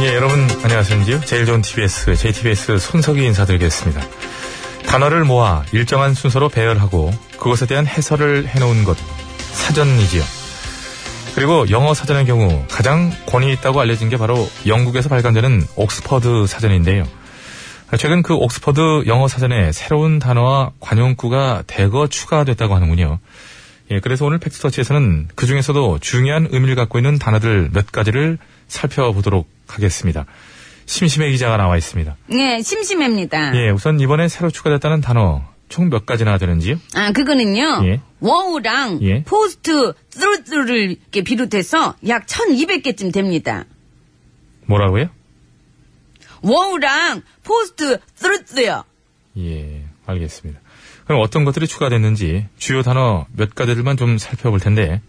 Speaker 1: 예, 여러분 안녕하세요. 제일 좋은 TBS, JTBS 손석희 인사드리겠습니다. 단어를 모아 일정한 순서로 배열하고 그것에 대한 해설을 해놓은 것 사전이지요. 그리고 영어 사전의 경우 가장 권위 있다고 알려진 게 바로 영국에서 발간되는 옥스퍼드 사전인데요. 최근 그 옥스퍼드 영어 사전에 새로운 단어와 관용구가 대거 추가됐다고 하는군요. 예, 그래서 오늘 팩스터치에서는 그 중에서도 중요한 의미를 갖고 있는 단어들 몇 가지를 살펴보도록 하겠습니다. 심심해 기자가 나와 있습니다.
Speaker 2: 예, 심심합니다.
Speaker 1: 예, 우선 이번에 새로 추가됐다는 단어 총 몇 가지나 되는지요?
Speaker 2: 아, 그거는요.
Speaker 1: 예.
Speaker 2: 워우랑
Speaker 1: 예.
Speaker 2: 포스트 쓰루쓰루를 이렇게 비롯해서 약 1200개쯤 됩니다.
Speaker 1: 뭐라고요?
Speaker 2: 워우랑 포스트 쓰루쓰요.
Speaker 1: 예, 알겠습니다. 그럼 어떤 것들이 추가됐는지 주요 단어 몇 가지들만 좀 살펴볼 텐데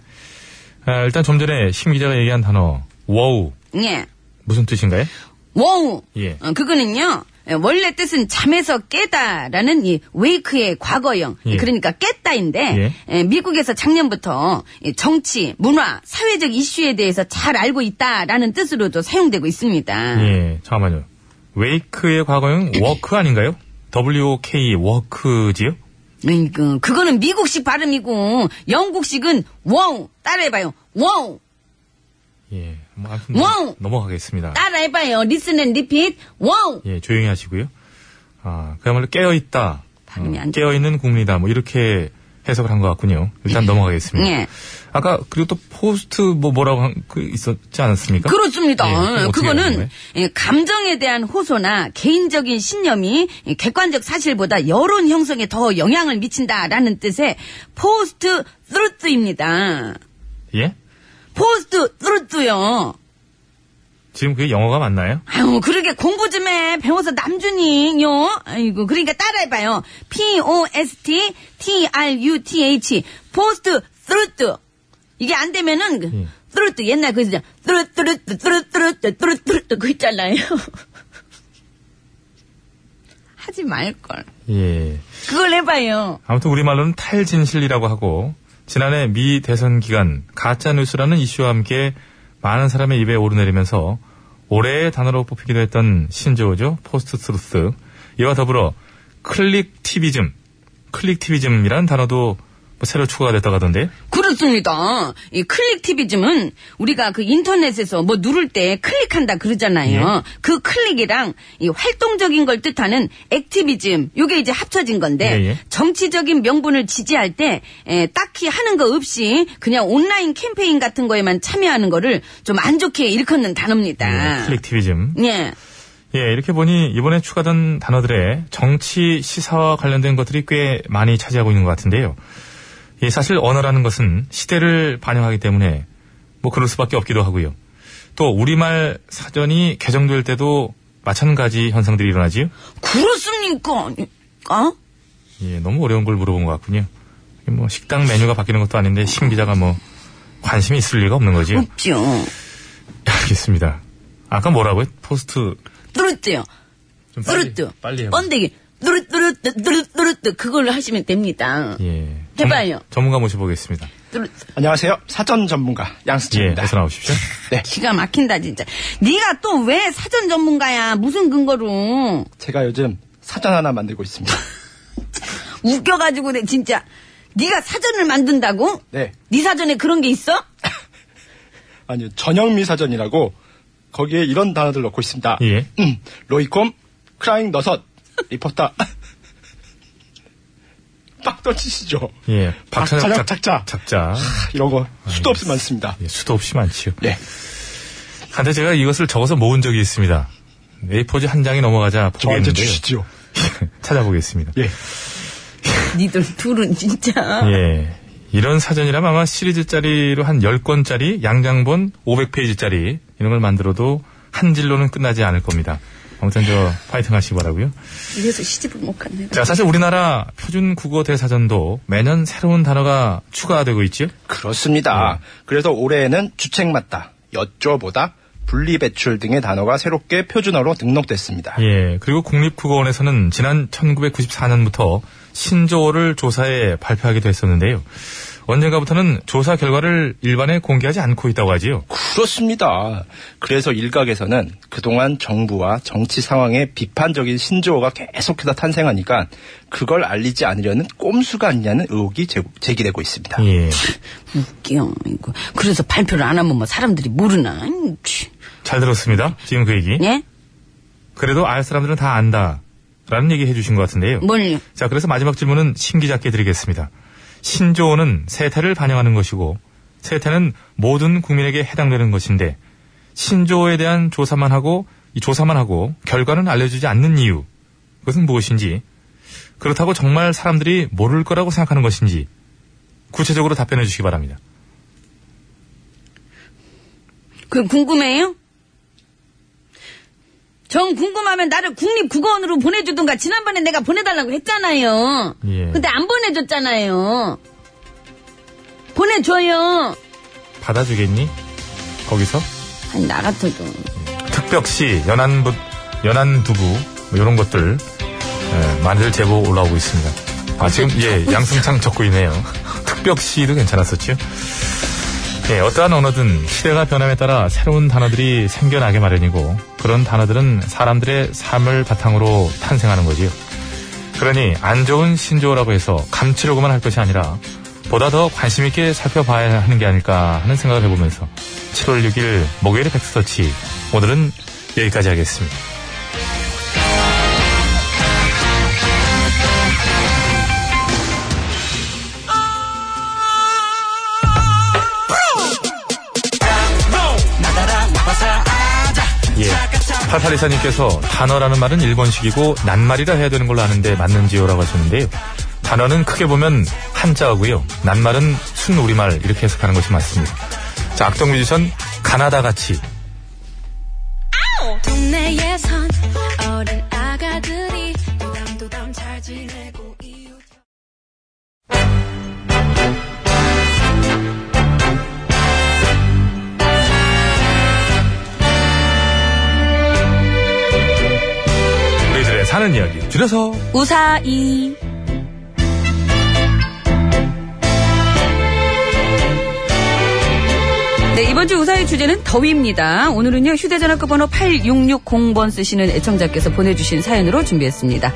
Speaker 1: 아, 일단 좀 전에 심 기자가 얘기한 단어 워우
Speaker 2: 예.
Speaker 1: 무슨 뜻인가요?
Speaker 2: 워우.
Speaker 1: 예.
Speaker 2: 어, 그거는요. 예, 원래 뜻은 잠에서 깨다라는 이 웨이크의 과거형.
Speaker 1: 예.
Speaker 2: 그러니까 깼다인데 예, 미국에서 작년부터 이 정치, 문화, 사회적 이슈에 대해서 잘 알고 있다라는 뜻으로도 사용되고 있습니다.
Speaker 1: 예, 잠깐만요. 웨이크의 과거형 워크 아닌가요? W-O-K 워크지요?
Speaker 2: 음, 그, 그거는 미국식 발음이고 영국식은 워우 따라해봐요. 워우
Speaker 1: 예, 뭐 아무튼
Speaker 2: 와우!
Speaker 1: 넘어가겠습니다.
Speaker 2: 따라해봐요. 리슨 앤 리핏 워우
Speaker 1: 예, 조용히 하시고요. 아, 그야말로 깨어있다.
Speaker 2: 발음이
Speaker 1: 어,
Speaker 2: 안 돼.
Speaker 1: 깨어있는 국민이다. 뭐, 이렇게 해석을 한 것 같군요. 일단 넘어가겠습니다.
Speaker 2: 예.
Speaker 1: 아까 그리고 또 포스트 뭐 뭐라고 한, 그 있었지 않았습니까?
Speaker 2: 그렇습니다.
Speaker 1: 예, 그럼 어떻게 하는
Speaker 2: 그거는
Speaker 1: 거예요?
Speaker 2: 예, 감정에 대한 호소나 개인적인 신념이 이 객관적 사실보다 여론 형성에 더 영향을 미친다라는 뜻의 포스트 트루트입니다.
Speaker 1: 예?
Speaker 2: 포스트 트루트요.
Speaker 1: 지금 그게 영어가 맞나요?
Speaker 2: 아유, 그러게 공부 좀 해 배워서 남준이요. 아이고, 그러니까 따라해봐요. P O S T T R U T H 포스트 트루트 이게 안 되면은 트루트 옛날 그 진짜 트루트루트 트루트루트 트루트루트 그 있잖아요. 하지 말 걸.
Speaker 1: 예.
Speaker 2: 그걸 해봐요.
Speaker 1: 아무튼 우리말로는 탈진실이라고 하고 지난해 미 대선 기간 가짜 뉴스라는 이슈와 함께 많은 사람의 입에 오르내리면서 올해의 단어로 뽑히기도 했던 신조어죠 포스트 트루스 이와 더불어 클릭 티비즘 클릭 티비즘이라는 단어도 뭐 새로 추가가 됐다고 하던데
Speaker 2: 그렇습니다. 이 클릭티비즘은 우리가 그 인터넷에서 뭐 누를 때 클릭한다
Speaker 1: 네.
Speaker 2: 그러잖아요. 그 클릭이랑 이 활동적인 걸 뜻하는 액티비즘, 요게 이제 합쳐진 건데
Speaker 1: 예, 예.
Speaker 2: 정치적인 명분을 지지할 때 에, 딱히 하는 거 없이 그냥 온라인 캠페인 같은 거에만 참여하는 거를 좀 안 좋게 일컫는 단어입니다.
Speaker 1: 예, 클릭 티비즘
Speaker 2: 예.
Speaker 1: 예 이렇게 보니 이번에 추가된 단어들의 정치 시사와 관련된 것들이 꽤 많이 차지하고 있는 것 같은데요 예, 사실 언어라는 것은 시대를 반영하기 때문에 뭐 그럴 수밖에 없기도 하고요. 또 우리말 사전이 개정될 때도 마찬가지 현상들이 일어나지요.
Speaker 2: 그렇습니까? 어?
Speaker 1: 예, 너무 어려운 걸 물어본 것 같군요. 뭐 식당 메뉴가 바뀌는 것도 아닌데 신 기자가 뭐 관심이 있을 리가 없는 거지요.
Speaker 2: 없죠.
Speaker 1: 알겠습니다. 아까 뭐라고요? 포스트
Speaker 2: 누르트요.
Speaker 1: 좀 빨리,
Speaker 2: 누르트.
Speaker 1: 빨리 해봐.
Speaker 2: 번데기. 누르뚜르뚜, 누르뚜르뚜. 그걸로 하시면 됩니다.
Speaker 1: 예.
Speaker 2: 해봐요.
Speaker 1: 전문가 모셔보겠습니다.
Speaker 2: 누르뚜.
Speaker 5: 안녕하세요. 사전 전문가
Speaker 1: 예,
Speaker 5: 양수진입니다.
Speaker 1: 해서 나오십시오.
Speaker 2: 기가 막힌다, 진짜. 네가 또 왜 사전 전문가야? 무슨 근거로?
Speaker 5: 제가 요즘 사전 하나 만들고 있습니다.
Speaker 2: 웃겨가지고 내 진짜. 네가 사전을 만든다고?
Speaker 5: 네.
Speaker 2: 네 사전에 그런 게 있어?
Speaker 5: 아니요. 전영미 사전이라고 거기에 이런 단어들 넣고 있습니다.
Speaker 1: 예.
Speaker 5: 음, 로이콤, 크라잉 너섯, 리포터. 빡 던지시죠.
Speaker 1: 예.
Speaker 5: 박찬혁
Speaker 1: 박찬혁
Speaker 5: 작자.
Speaker 1: 작자.
Speaker 5: 이런 거 수도 없이 많습니다.
Speaker 1: 예, 수도 없이 많지요.
Speaker 5: 네.
Speaker 1: 한데 제가 이것을 적어서 모은 적이 있습니다. A4지 한 장이 넘어가자
Speaker 5: 저한테
Speaker 1: 포기했는데
Speaker 5: 주시죠.
Speaker 1: 찾아보겠습니다.
Speaker 5: 예.
Speaker 2: 니들 둘은 진짜.
Speaker 1: 예. 이런 사전이라면 아마 시리즈짜리로 한 10권짜리, 양장본 500페이지짜리 이런 걸 만들어도 한 진로는 끝나지 않을 겁니다. 아무튼 저 파이팅 하시기 바라고요.
Speaker 2: 이래서 시집을 못 갔네.
Speaker 1: 예. 자, 사실 우리나라 표준 국어 대사전도 매년 새로운 단어가 추가되고 있지요.
Speaker 5: 그렇습니다.
Speaker 1: 네.
Speaker 5: 그래서 올해에는 주책맞다, 여쭤보다, 분리배출 등의 단어가 새롭게 표준어로 등록됐습니다.
Speaker 1: 예. 그리고 국립국어원에서는 지난 1994년부터 신조어를 조사해 발표하기도 했었는데요. 언젠가부터는 조사 결과를 일반에 공개하지 않고 있다고 하지요.
Speaker 5: 그렇습니다. 그래서 일각에서는 그동안 정부와 정치 상황에 비판적인 신조어가 계속해서 탄생하니까 그걸 알리지 않으려는 꼼수가 아니냐는 의혹이 제, 기되고 있습니다.
Speaker 1: 예.
Speaker 2: 웃겨, 이거. 그래서 발표를 안 하면 뭐 사람들이 모르나? 아유, 치.
Speaker 1: 잘 들었습니다. 지금 그 얘기.
Speaker 2: 예?
Speaker 1: 그래도 알 사람들은 다 안다. 라는 얘기 해주신 것 같은데요.
Speaker 2: 뭘요?
Speaker 1: 자, 그래서 마지막 질문은 신기자께 드리겠습니다. 신조어는 세태를 반영하는 것이고, 세태는 모든 국민에게 해당되는 것인데, 신조어에 대한 조사만 하고, 이 조사만 하고, 결과는 알려주지 않는 이유. 그것은 무엇인지, 그렇다고 정말 사람들이 모를 거라고 생각하는 것인지, 구체적으로 답변해 주시기 바랍니다.
Speaker 2: 그 궁금해요? 정 궁금하면 나를 국립국어원으로 보내주든가 지난번에 내가 보내달라고 했잖아요.
Speaker 1: 예.
Speaker 2: 근데 안 보내줬잖아요. 보내줘요.
Speaker 1: 받아주겠니? 거기서?
Speaker 2: 아니, 나 같아도.
Speaker 1: 특벽시, 연안부, 연안두부, 뭐 이런 것들, 예, 많이들 제보 올라오고 있습니다. 아, 지금, 예, 양승창 적고 있네요. 특벽시도 괜찮았었죠. 예, 어떠한 언어든 시대가 변함에 따라 새로운 단어들이 생겨나게 마련이고, 그런 단어들은 사람들의 삶을 바탕으로 탄생하는 거지요. 그러니, 안 좋은 신조어라고 해서 감추려고만 할 것이 아니라, 보다 더 관심있게 살펴봐야 하는 게 아닐까 하는 생각을 해보면서, 7월 6일 목요일 백스터치 오늘은 여기까지 하겠습니다.
Speaker 2: 아,
Speaker 1: 8824님께서 단어라는 말은 일본식이고 낱말이라 해야 되는 걸로 아는데 맞는지요라고 하셨는데요. 단어는 크게 보면 한자하고요. 낱말은 순우리말 이렇게 해석하는 것이 맞습니다. 자, 악동 뮤지션 가나다 같이
Speaker 15: 동네에선 어린 아가들이 도담도담 잘 지내고 이웃
Speaker 1: 우리들의 사는 이야기 줄여서
Speaker 2: 우사이. 네, 이번 주 우사의 주제는 더위입니다. 오늘은요, 휴대전화 끝번호 8660번 쓰시는 애청자께서 보내주신 사연으로 준비했습니다.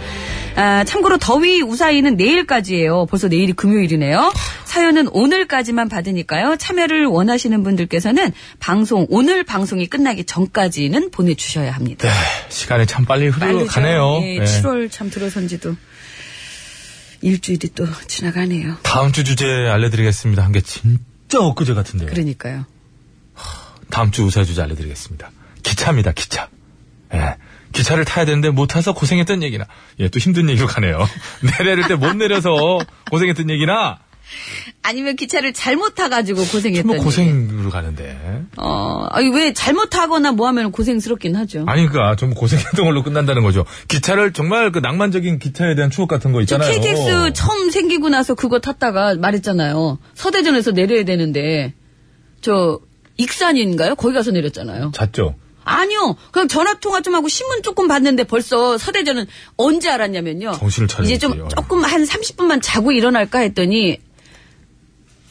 Speaker 2: 아, 참고로 더위 우사이는 내일까지예요. 벌써 내일이 금요일이네요. 사연은 오늘까지만 받으니까요. 참여를 원하시는 분들께서는 방송, 오늘 방송이 끝나기 전까지는 보내주셔야 합니다.
Speaker 1: 시간이 참 네. 빨리
Speaker 2: 빠르죠.
Speaker 1: 흘러가네요.
Speaker 2: 예,
Speaker 1: 예.
Speaker 2: 7월 참 들어선지도 일주일이 또 지나가네요.
Speaker 1: 다음 주 주제 알려드리겠습니다. 한 게 진짜 엊그제 같은데요.
Speaker 2: 그러니까요.
Speaker 1: 다음 주 우사 주제 알려드리겠습니다. 기차입니다, 기차. 예. 기차를 타야 되는데 못 타서 고생했던 얘기나, 예, 또 힘든 얘기로 가네요. 내려를 때 못 내려서 고생했던 얘기나,
Speaker 2: 아니면 기차를 잘못 타가지고 고생했던
Speaker 1: 뭐
Speaker 2: 일.
Speaker 1: 고생으로 가는데.
Speaker 2: 어, 아니 왜 잘못 타거나 뭐 하면 고생스럽긴 하죠.
Speaker 1: 아니, 그니까, 전부 고생했던 걸로 끝난다는 거죠. 기차를 정말 그 낭만적인 기차에 대한 추억 같은 거
Speaker 2: 저
Speaker 1: 있잖아요.
Speaker 2: KTX 처음 생기고 나서 그거 탔다가 말했잖아요. 서대전에서 내려야 되는데 저 익산인가요? 거기 가서 내렸잖아요.
Speaker 1: 잤죠?
Speaker 2: 아니요. 그냥 전화 통화 좀 하고 신문 조금 봤는데 벌써 서대전은 언제 알았냐면요.
Speaker 1: 정신을 차려야
Speaker 2: 이제 좀
Speaker 1: 돼요.
Speaker 2: 조금 한 30분만 자고 일어날까 했더니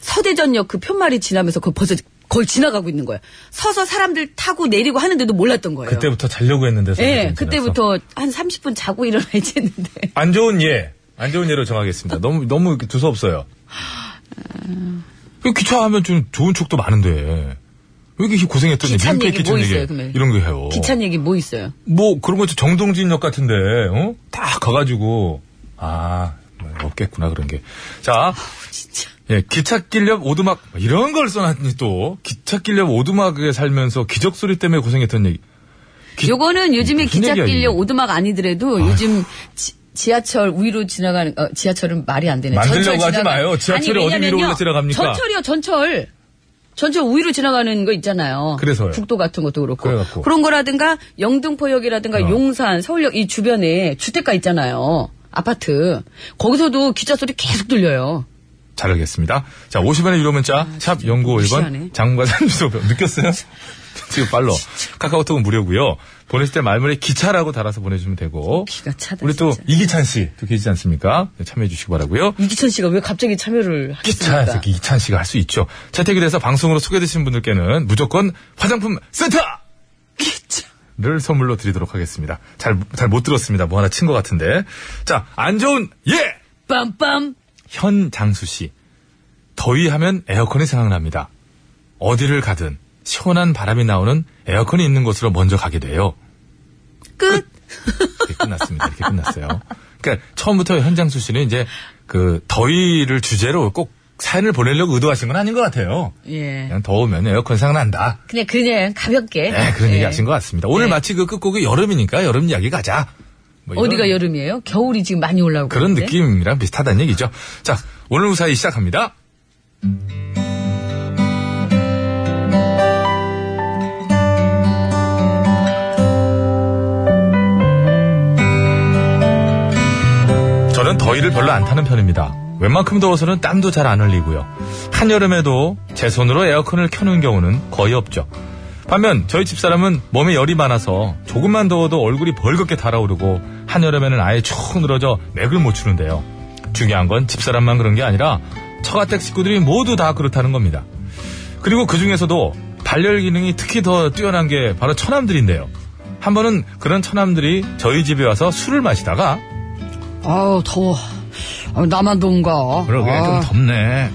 Speaker 2: 서대전역 그 편말이 지나면서 그 벌써 거의 지나가고 있는 거예요. 서서 사람들 타고 내리고 하는데도 몰랐던 거예요.
Speaker 1: 그때부터 자려고 했는데.
Speaker 2: 예,
Speaker 1: 선생님
Speaker 2: 그때부터 한 30분 자고 일어나야지 했는데.
Speaker 1: 안 좋은 예. 안 좋은 예로 정하겠습니다. 너무, 너무 이렇게 두서없어요. 그 기차 하면 좀 좋은 추억도 많은데. 왜 이렇게 고생했던 얘기,
Speaker 2: 기찬
Speaker 1: 민폐
Speaker 2: 얘기 뭐
Speaker 1: 기찬
Speaker 2: 있어요,
Speaker 1: 얘기,
Speaker 2: 그러면?
Speaker 1: 이런 거 해요.
Speaker 2: 기찬 얘기 뭐 있어요?
Speaker 1: 뭐, 그런 거 있죠. 정동진역 같은데, 어? 다 가가지고, 아, 뭐 없겠구나, 그런 게. 자,
Speaker 2: 진짜.
Speaker 1: 예, 기찻길 옆 오두막, 이런 걸 써놨니 또. 기찻길 옆 오두막에 살면서 기적소리 때문에 고생했던 얘기. 기-
Speaker 2: 요거는 요즘에
Speaker 1: 무슨 얘기야,
Speaker 2: 기찻길려
Speaker 1: 이게?
Speaker 2: 오두막 아니더라도 요즘 지, 하철 위로 지나가는 어, 지하철은 말이 안 되네.
Speaker 1: 만들려고
Speaker 2: 전철
Speaker 1: 하지
Speaker 2: 지나가-
Speaker 1: 마요. 지하철이
Speaker 2: 아니,
Speaker 1: 어디 위로
Speaker 2: 왜냐면요.
Speaker 1: 올라지나갑니까?
Speaker 2: 전철이요, 전철. 전철 우위로 지나가는 거 있잖아요.
Speaker 1: 그래서요.
Speaker 2: 국도 같은 것도 그렇고.
Speaker 1: 그래갖고. 어.
Speaker 2: 그런 거라든가 영등포역이라든가 용산, 서울역 이 주변에 주택가 있잖아요. 아파트. 거기서도 기차 소리 계속 들려요.
Speaker 1: 잘 알겠습니다. 자, 50원의 유료 문자, 샵
Speaker 2: 아, 무시하네.
Speaker 1: 0951번, 장관산 주소, 느꼈어요? 지금 빨로. 카카오톡은 무료고요 보내실 때 말머리 기차라고 달아서 보내주시면 되고.
Speaker 2: 기가 차다.
Speaker 1: 우리 또
Speaker 2: 진짜.
Speaker 1: 이기찬 씨, 또 계시지 않습니까? 네, 참여해주시기 바라고요
Speaker 2: 이기천 씨가 왜 갑자기 참여를 하겠습니까?
Speaker 1: 기차에서 이기찬 씨가 할 수 있죠. 채택이 돼서 방송으로 소개되신 분들께는 무조건 화장품 세트! 를 선물로 드리도록 하겠습니다. 잘, 잘 못 들었습니다. 뭐 하나 친 것 같은데. 자, 안 좋은, 예!
Speaker 2: 빰빰.
Speaker 1: 현장수 씨. 더위 하면 에어컨이 생각납니다. 어디를 가든 시원한 바람이 나오는 에어컨이 있는 곳으로 먼저 가게 돼요.
Speaker 2: 끝.
Speaker 1: 이렇게 끝났습니다. 이렇게 끝났어요. 그러니까 처음부터 현장수 씨는 이제 그 더위를 주제로 꼭 사연을 보내려고 의도하신 건 아닌 것 같아요.
Speaker 2: 예.
Speaker 1: 그냥 더우면 에어컨 생각난다.
Speaker 2: 그냥 그냥 가볍게.
Speaker 1: 네, 그런
Speaker 2: 예.
Speaker 1: 얘기 하신 것 같습니다. 오늘
Speaker 2: 네.
Speaker 1: 마치 그 끝곡이 여름이니까 여름 이야기 가자. 뭐 이런
Speaker 2: 어디가 여름이에요? 겨울이 지금 많이 올라오고
Speaker 1: 그런
Speaker 2: 있는데.
Speaker 1: 느낌이랑 비슷하다는 얘기죠. 자, 오늘 우사히 시작합니다. 저는 더위를 별로 안 타는 편입니다. 웬만큼 더워서는 땀도 잘 안 흘리고요. 한여름에도 제 손으로 에어컨을 켜는 경우는 거의 없죠. 반면 저희 집사람은 몸에 열이 많아서 조금만 더워도 얼굴이 벌겋게 달아오르고 한여름에는 아예 축 늘어져 맥을 못 추는데요. 중요한 건 집사람만 그런 게 아니라 처가댁 식구들이 모두 다 그렇다는 겁니다. 그리고 그 중에서도 발열 기능이 특히 더 뛰어난 게 바로 처남들인데요. 한 번은 그런 처남들이 저희 집에 와서 술을 마시다가
Speaker 2: 아우 더워. 아우, 나만 더운가.
Speaker 1: 그러게
Speaker 2: 아,
Speaker 1: 좀 덥네.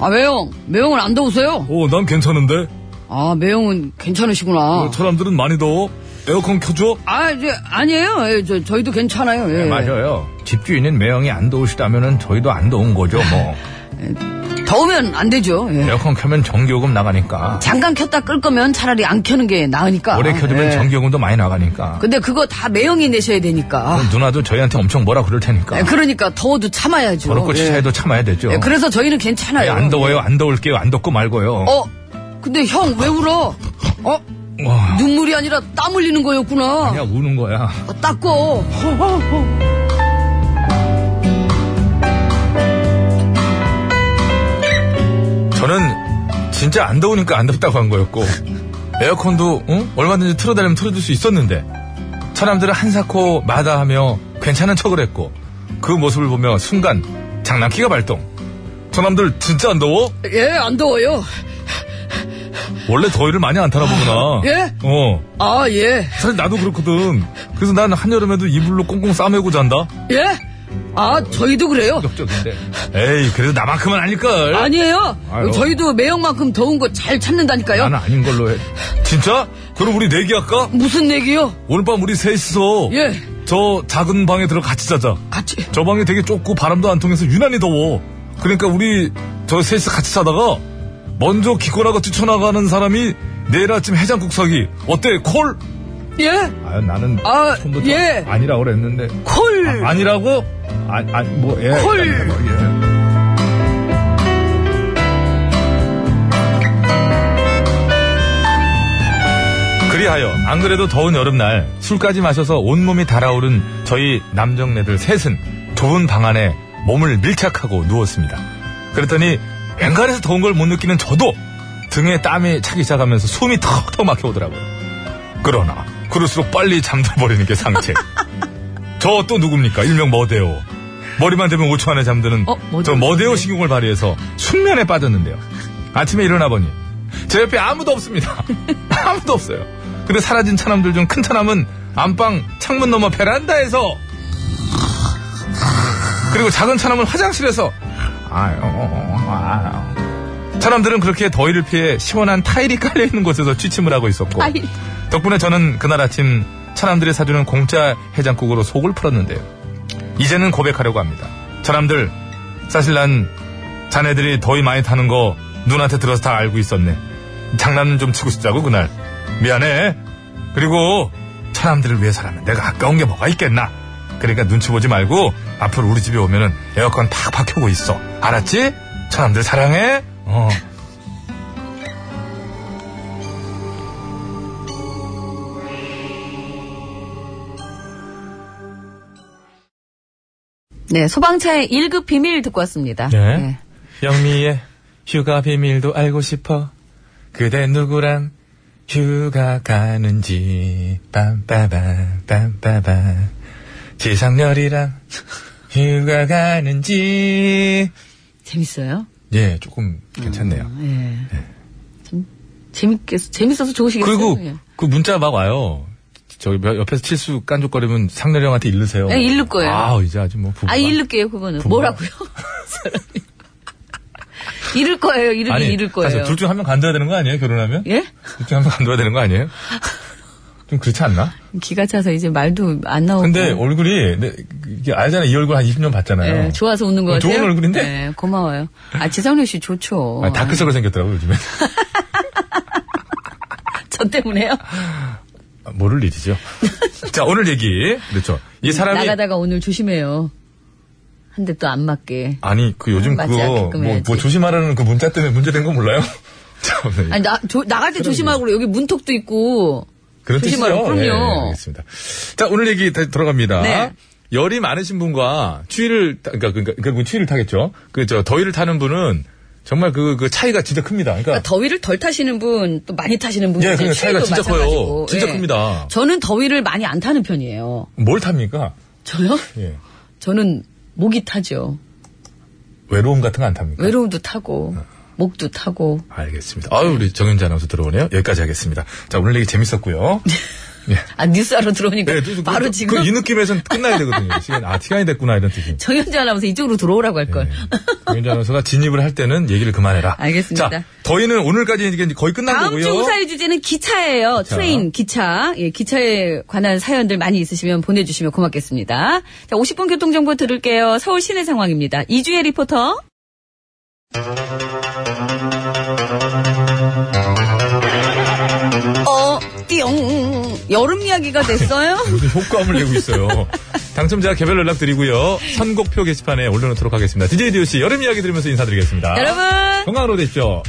Speaker 2: 아 매영, 매영은 안 더우세요?
Speaker 1: 오, 난 괜찮은데.
Speaker 2: 아 매영은 괜찮으시구나.
Speaker 1: 사람들은 많이 더워. 에어컨 켜줘.
Speaker 2: 아 이제 아니에요. 예, 저 저희도 괜찮아요.
Speaker 1: 네,
Speaker 2: 예.
Speaker 1: 맞아요. 집주인인 매형이 안 더우시다면은 저희도 안 더운 거죠, 뭐.
Speaker 2: 더우면 안 되죠. 예.
Speaker 1: 에어컨 켜면 전기요금 나가니까.
Speaker 2: 잠깐 켰다 끌 거면 차라리 안 켜는 게 나으니까.
Speaker 1: 오래 켜두면
Speaker 2: 예.
Speaker 1: 전기요금도 많이 나가니까.
Speaker 2: 근데 그거 다 매형이 내셔야 되니까.
Speaker 1: 그럼 누나도 저희한테 엄청 뭐라 그럴 테니까.
Speaker 2: 예, 그러니까 더워도 참아야죠.
Speaker 1: 더럽고
Speaker 2: 예.
Speaker 1: 치차에도 참아야 되죠.
Speaker 2: 예, 그래서 저희는
Speaker 1: 아니,
Speaker 2: 괜찮아요.
Speaker 1: 안 더워요, 안 더울게요, 안 덥고 말고요.
Speaker 2: 어, 근데 형 왜 울어? 어?
Speaker 1: 와.
Speaker 2: 눈물이 아니라 땀 흘리는 거였구나.
Speaker 1: 야, 우는 거야.
Speaker 2: 어, 닦고.
Speaker 1: 저는 진짜 안 더우니까 안 덥다고 한 거였고 에어컨도 응? 얼마든지 틀어달라면 틀어줄 수 있었는데 사람들은 한사코 마다하며 괜찮은 척을 했고 그 모습을 보며 순간 장난기가 발동 저남들 진짜 안 더워?
Speaker 2: 예, 안 더워요.
Speaker 1: 원래 더위를 많이 안 타나 보구나
Speaker 2: 예?
Speaker 1: 어
Speaker 2: 아, 예.
Speaker 1: 사실 나도 그렇거든 그래서 난 한여름에도 이불로 꽁꽁 싸매고 잔다
Speaker 2: 예? 아, 저희도 그래요?
Speaker 1: 적적인데 에이 그래도 나만큼은 아닐걸
Speaker 2: 아니에요.
Speaker 1: 아유.
Speaker 2: 저희도 매형만큼 더운 거 잘 참는다니까요.
Speaker 1: 나는 아닌 걸로 해 진짜? 그럼 우리 내기할까?
Speaker 2: 무슨 얘기요?
Speaker 1: 오늘 밤 우리 셋이서
Speaker 2: 예.
Speaker 1: 저 작은 방에 들어 같이 자자.
Speaker 2: 같이.
Speaker 1: 저 방이 되게 좁고 바람도 안 통해서 유난히 더워. 그러니까 우리 저 셋이서 같이 자다가 먼저 기권하고 뛰쳐나가는 사람이 내일 아침 해장국 사기 어때 콜?
Speaker 2: 예?
Speaker 1: 아 나는
Speaker 2: 아,
Speaker 1: 처음부터
Speaker 2: 예.
Speaker 1: 아니라고 그랬는데
Speaker 2: 콜!
Speaker 1: 아, 니라고 아뭐 예.
Speaker 2: 콜!
Speaker 1: 일단 뭐, 예. 그리하여 안 그래도 더운 여름날 술까지 마셔서 온몸이 달아오른 저희 남정네들 셋은 좁은 방 안에 몸을 밀착하고 누웠습니다. 그랬더니 앵간해서 더운 걸 못 느끼는 저도 등에 땀이 차기 시작하면서 숨이 턱턱 막혀오더라고요. 그러나 그럴수록 빨리 잠들어버리는 게 상책. 저 또 누굽니까? 일명 머데오. 머리만 대면 5초 안에 잠드는
Speaker 2: 어, 머데오
Speaker 1: 저 머데오 신경을 발휘해서 숙면에 빠졌는데요. 아침에 일어나 보니 제 옆에 아무도 없습니다. 아무도 없어요. 근데 사라진 차남들 중 큰 차남은 안방 창문 너머 베란다에서 그리고 작은 차남은 화장실에서 아유, 아유. 차남들은 그렇게 더위를 피해 시원한 타일이 깔려 있는 곳에서 취침을 하고 있었고
Speaker 2: 아이,
Speaker 1: 덕분에 저는 그날 아침 차남들이 사주는 공짜 해장국으로 속을 풀었는데요. 이제는 고백하려고 합니다. 차남들, 사실 난 자네들이 더위 많이 타는 거 눈한테 들어서 다 알고 있었네. 장난 좀 치고 싶다고 그날. 미안해. 그리고 차남들을 위해 살았는 내가 아까운 게 뭐가 있겠나. 그러니까 눈치 보지 말고 앞으로 우리 집에 오면은 에어컨 팍팍 켜고 있어. 알았지? 차남들 사랑해. 어.
Speaker 2: 네, 소방차의 1급 비밀 듣고 왔습니다.
Speaker 1: 네. 영미의 휴가 비밀도 알고 싶어. 그대 누구랑 휴가 가는지 빰빠밤 빰빠밤 지상렬이랑 휴가 가는지
Speaker 2: 재밌어요?
Speaker 1: 예 조금 괜찮네요.
Speaker 2: 예. 참, 재밌겠, 재밌어서 좋으시겠어요?
Speaker 1: 그리고
Speaker 2: 예.
Speaker 1: 그 문자 막 와요. 저기 몇- 옆에서 칠수 깐족거리면 상렬이 형한테 일르세요.
Speaker 2: 예, 일를 거예요.
Speaker 1: 아 이제 아주 뭐 부부가
Speaker 2: 아, 이를게요, 그거는.
Speaker 1: 부모가-
Speaker 2: 뭐라고요? 이를 거예요, 이르긴
Speaker 1: 아니,
Speaker 2: 이를 거예요.
Speaker 1: 사실 둘 중 한 명 간둬야 되는 거 아니에요? 결혼하면?
Speaker 2: 예?
Speaker 1: 둘 중 한 명 간둬야 되는 거 아니에요? 좀 그렇지 않나?
Speaker 2: 기가 차서 이제 말도 안 나오고.
Speaker 1: 근데 얼굴이 내- 이게 알잖아 이 얼굴 한 20년 봤잖아요.
Speaker 2: 예, 어. 좋아서 웃는 거
Speaker 1: 어,
Speaker 2: 같아요.
Speaker 1: 좋은 얼굴인데?
Speaker 2: 예, 고마워요. 아, 지상렬 씨 좋죠.
Speaker 1: 아, 다크서클 생겼더라고 요즘에.
Speaker 2: 저 때문에요?
Speaker 1: 아, 모를 일이죠. 자 오늘 얘기 그렇죠. 이 사람이
Speaker 2: 나가다가 오늘 조심해요. 한 대 또 안 맞게.
Speaker 1: 아니 그 요즘
Speaker 2: 음, 맞아,
Speaker 1: 그거
Speaker 2: 가끔
Speaker 1: 뭐,
Speaker 2: 해야지.
Speaker 1: 뭐 조심하라는 그 문자 때문에 문제된 거 몰라요? 참, 네.
Speaker 2: 아니, 나, 조- 나갈 때 조심하고 그래. 여기 문턱도 있고.
Speaker 1: 그런
Speaker 2: 조심하라고,
Speaker 1: 뜻이죠.
Speaker 2: 그럼요.
Speaker 1: 예, 알겠습니다. 자 오늘 얘기 다시 돌아갑니다.
Speaker 2: 네.
Speaker 1: 열이 많으신 분과 추위를 타- 그러니까 그러니까 결국 추위를 타겠죠. 그 저 더위를 타는 분은 정말 그 그 차이가 진짜 큽니다. 그러니까
Speaker 2: 그러니까 더위를 덜 타시는 분, 또 많이 타시는 분.
Speaker 1: 예, 그러니까 차이가 진짜 커요.
Speaker 2: 마찬가지고.
Speaker 1: 진짜
Speaker 2: 예.
Speaker 1: 큽니다.
Speaker 2: 저는 더위를 많이 안 타는 편이에요.
Speaker 1: 뭘 탑니까?
Speaker 2: 저요?
Speaker 1: 예.
Speaker 2: 저는 목이 타죠.
Speaker 1: 외로움 같은 거 안 탑니까?
Speaker 2: 외로움도 타고, 목도 타고.
Speaker 1: 알겠습니다. 아유, 우리 정현지 아나운서 들어오네요. 여기까지 하겠습니다. 자, 오늘 얘기 재밌었고요.
Speaker 2: 아, 뉴스하러 들어오니까
Speaker 1: 네, 또
Speaker 2: 바로
Speaker 1: 그,
Speaker 2: 지금
Speaker 1: 그이 느낌에선 끝나야 되거든요. 시간, 아, 시간이 됐구나, 이런 뜻입니다.
Speaker 2: 정현지 아나운서 이쪽으로 들어오라고 할걸.
Speaker 1: 네. 정현지 아나운서가 진입을 할 때는 얘기를 그만해라.
Speaker 2: 알겠습니다.
Speaker 1: 자, 더위는 오늘까지 이제 거의 끝난
Speaker 2: 다음
Speaker 1: 거고요.
Speaker 2: 주 우사의 주제는 기차예요. 트레인, 기차. 예, 기차에 관한 사연들 많이 있으시면 보내주시면 고맙겠습니다. 자, 50분 교통정보 들을게요. 서울 시내 상황입니다. 이주혜 리포터. 어, 띠용. 여름 이야기가 됐어요?
Speaker 1: 무슨 효과음을 내고 있어요. 당첨자 개별 연락 드리고요. 선곡표 게시판에 올려놓도록 하겠습니다. DJ DOC 여름 이야기 들으면서 인사드리겠습니다.
Speaker 2: 여러분.
Speaker 1: 건강으로 되십시오.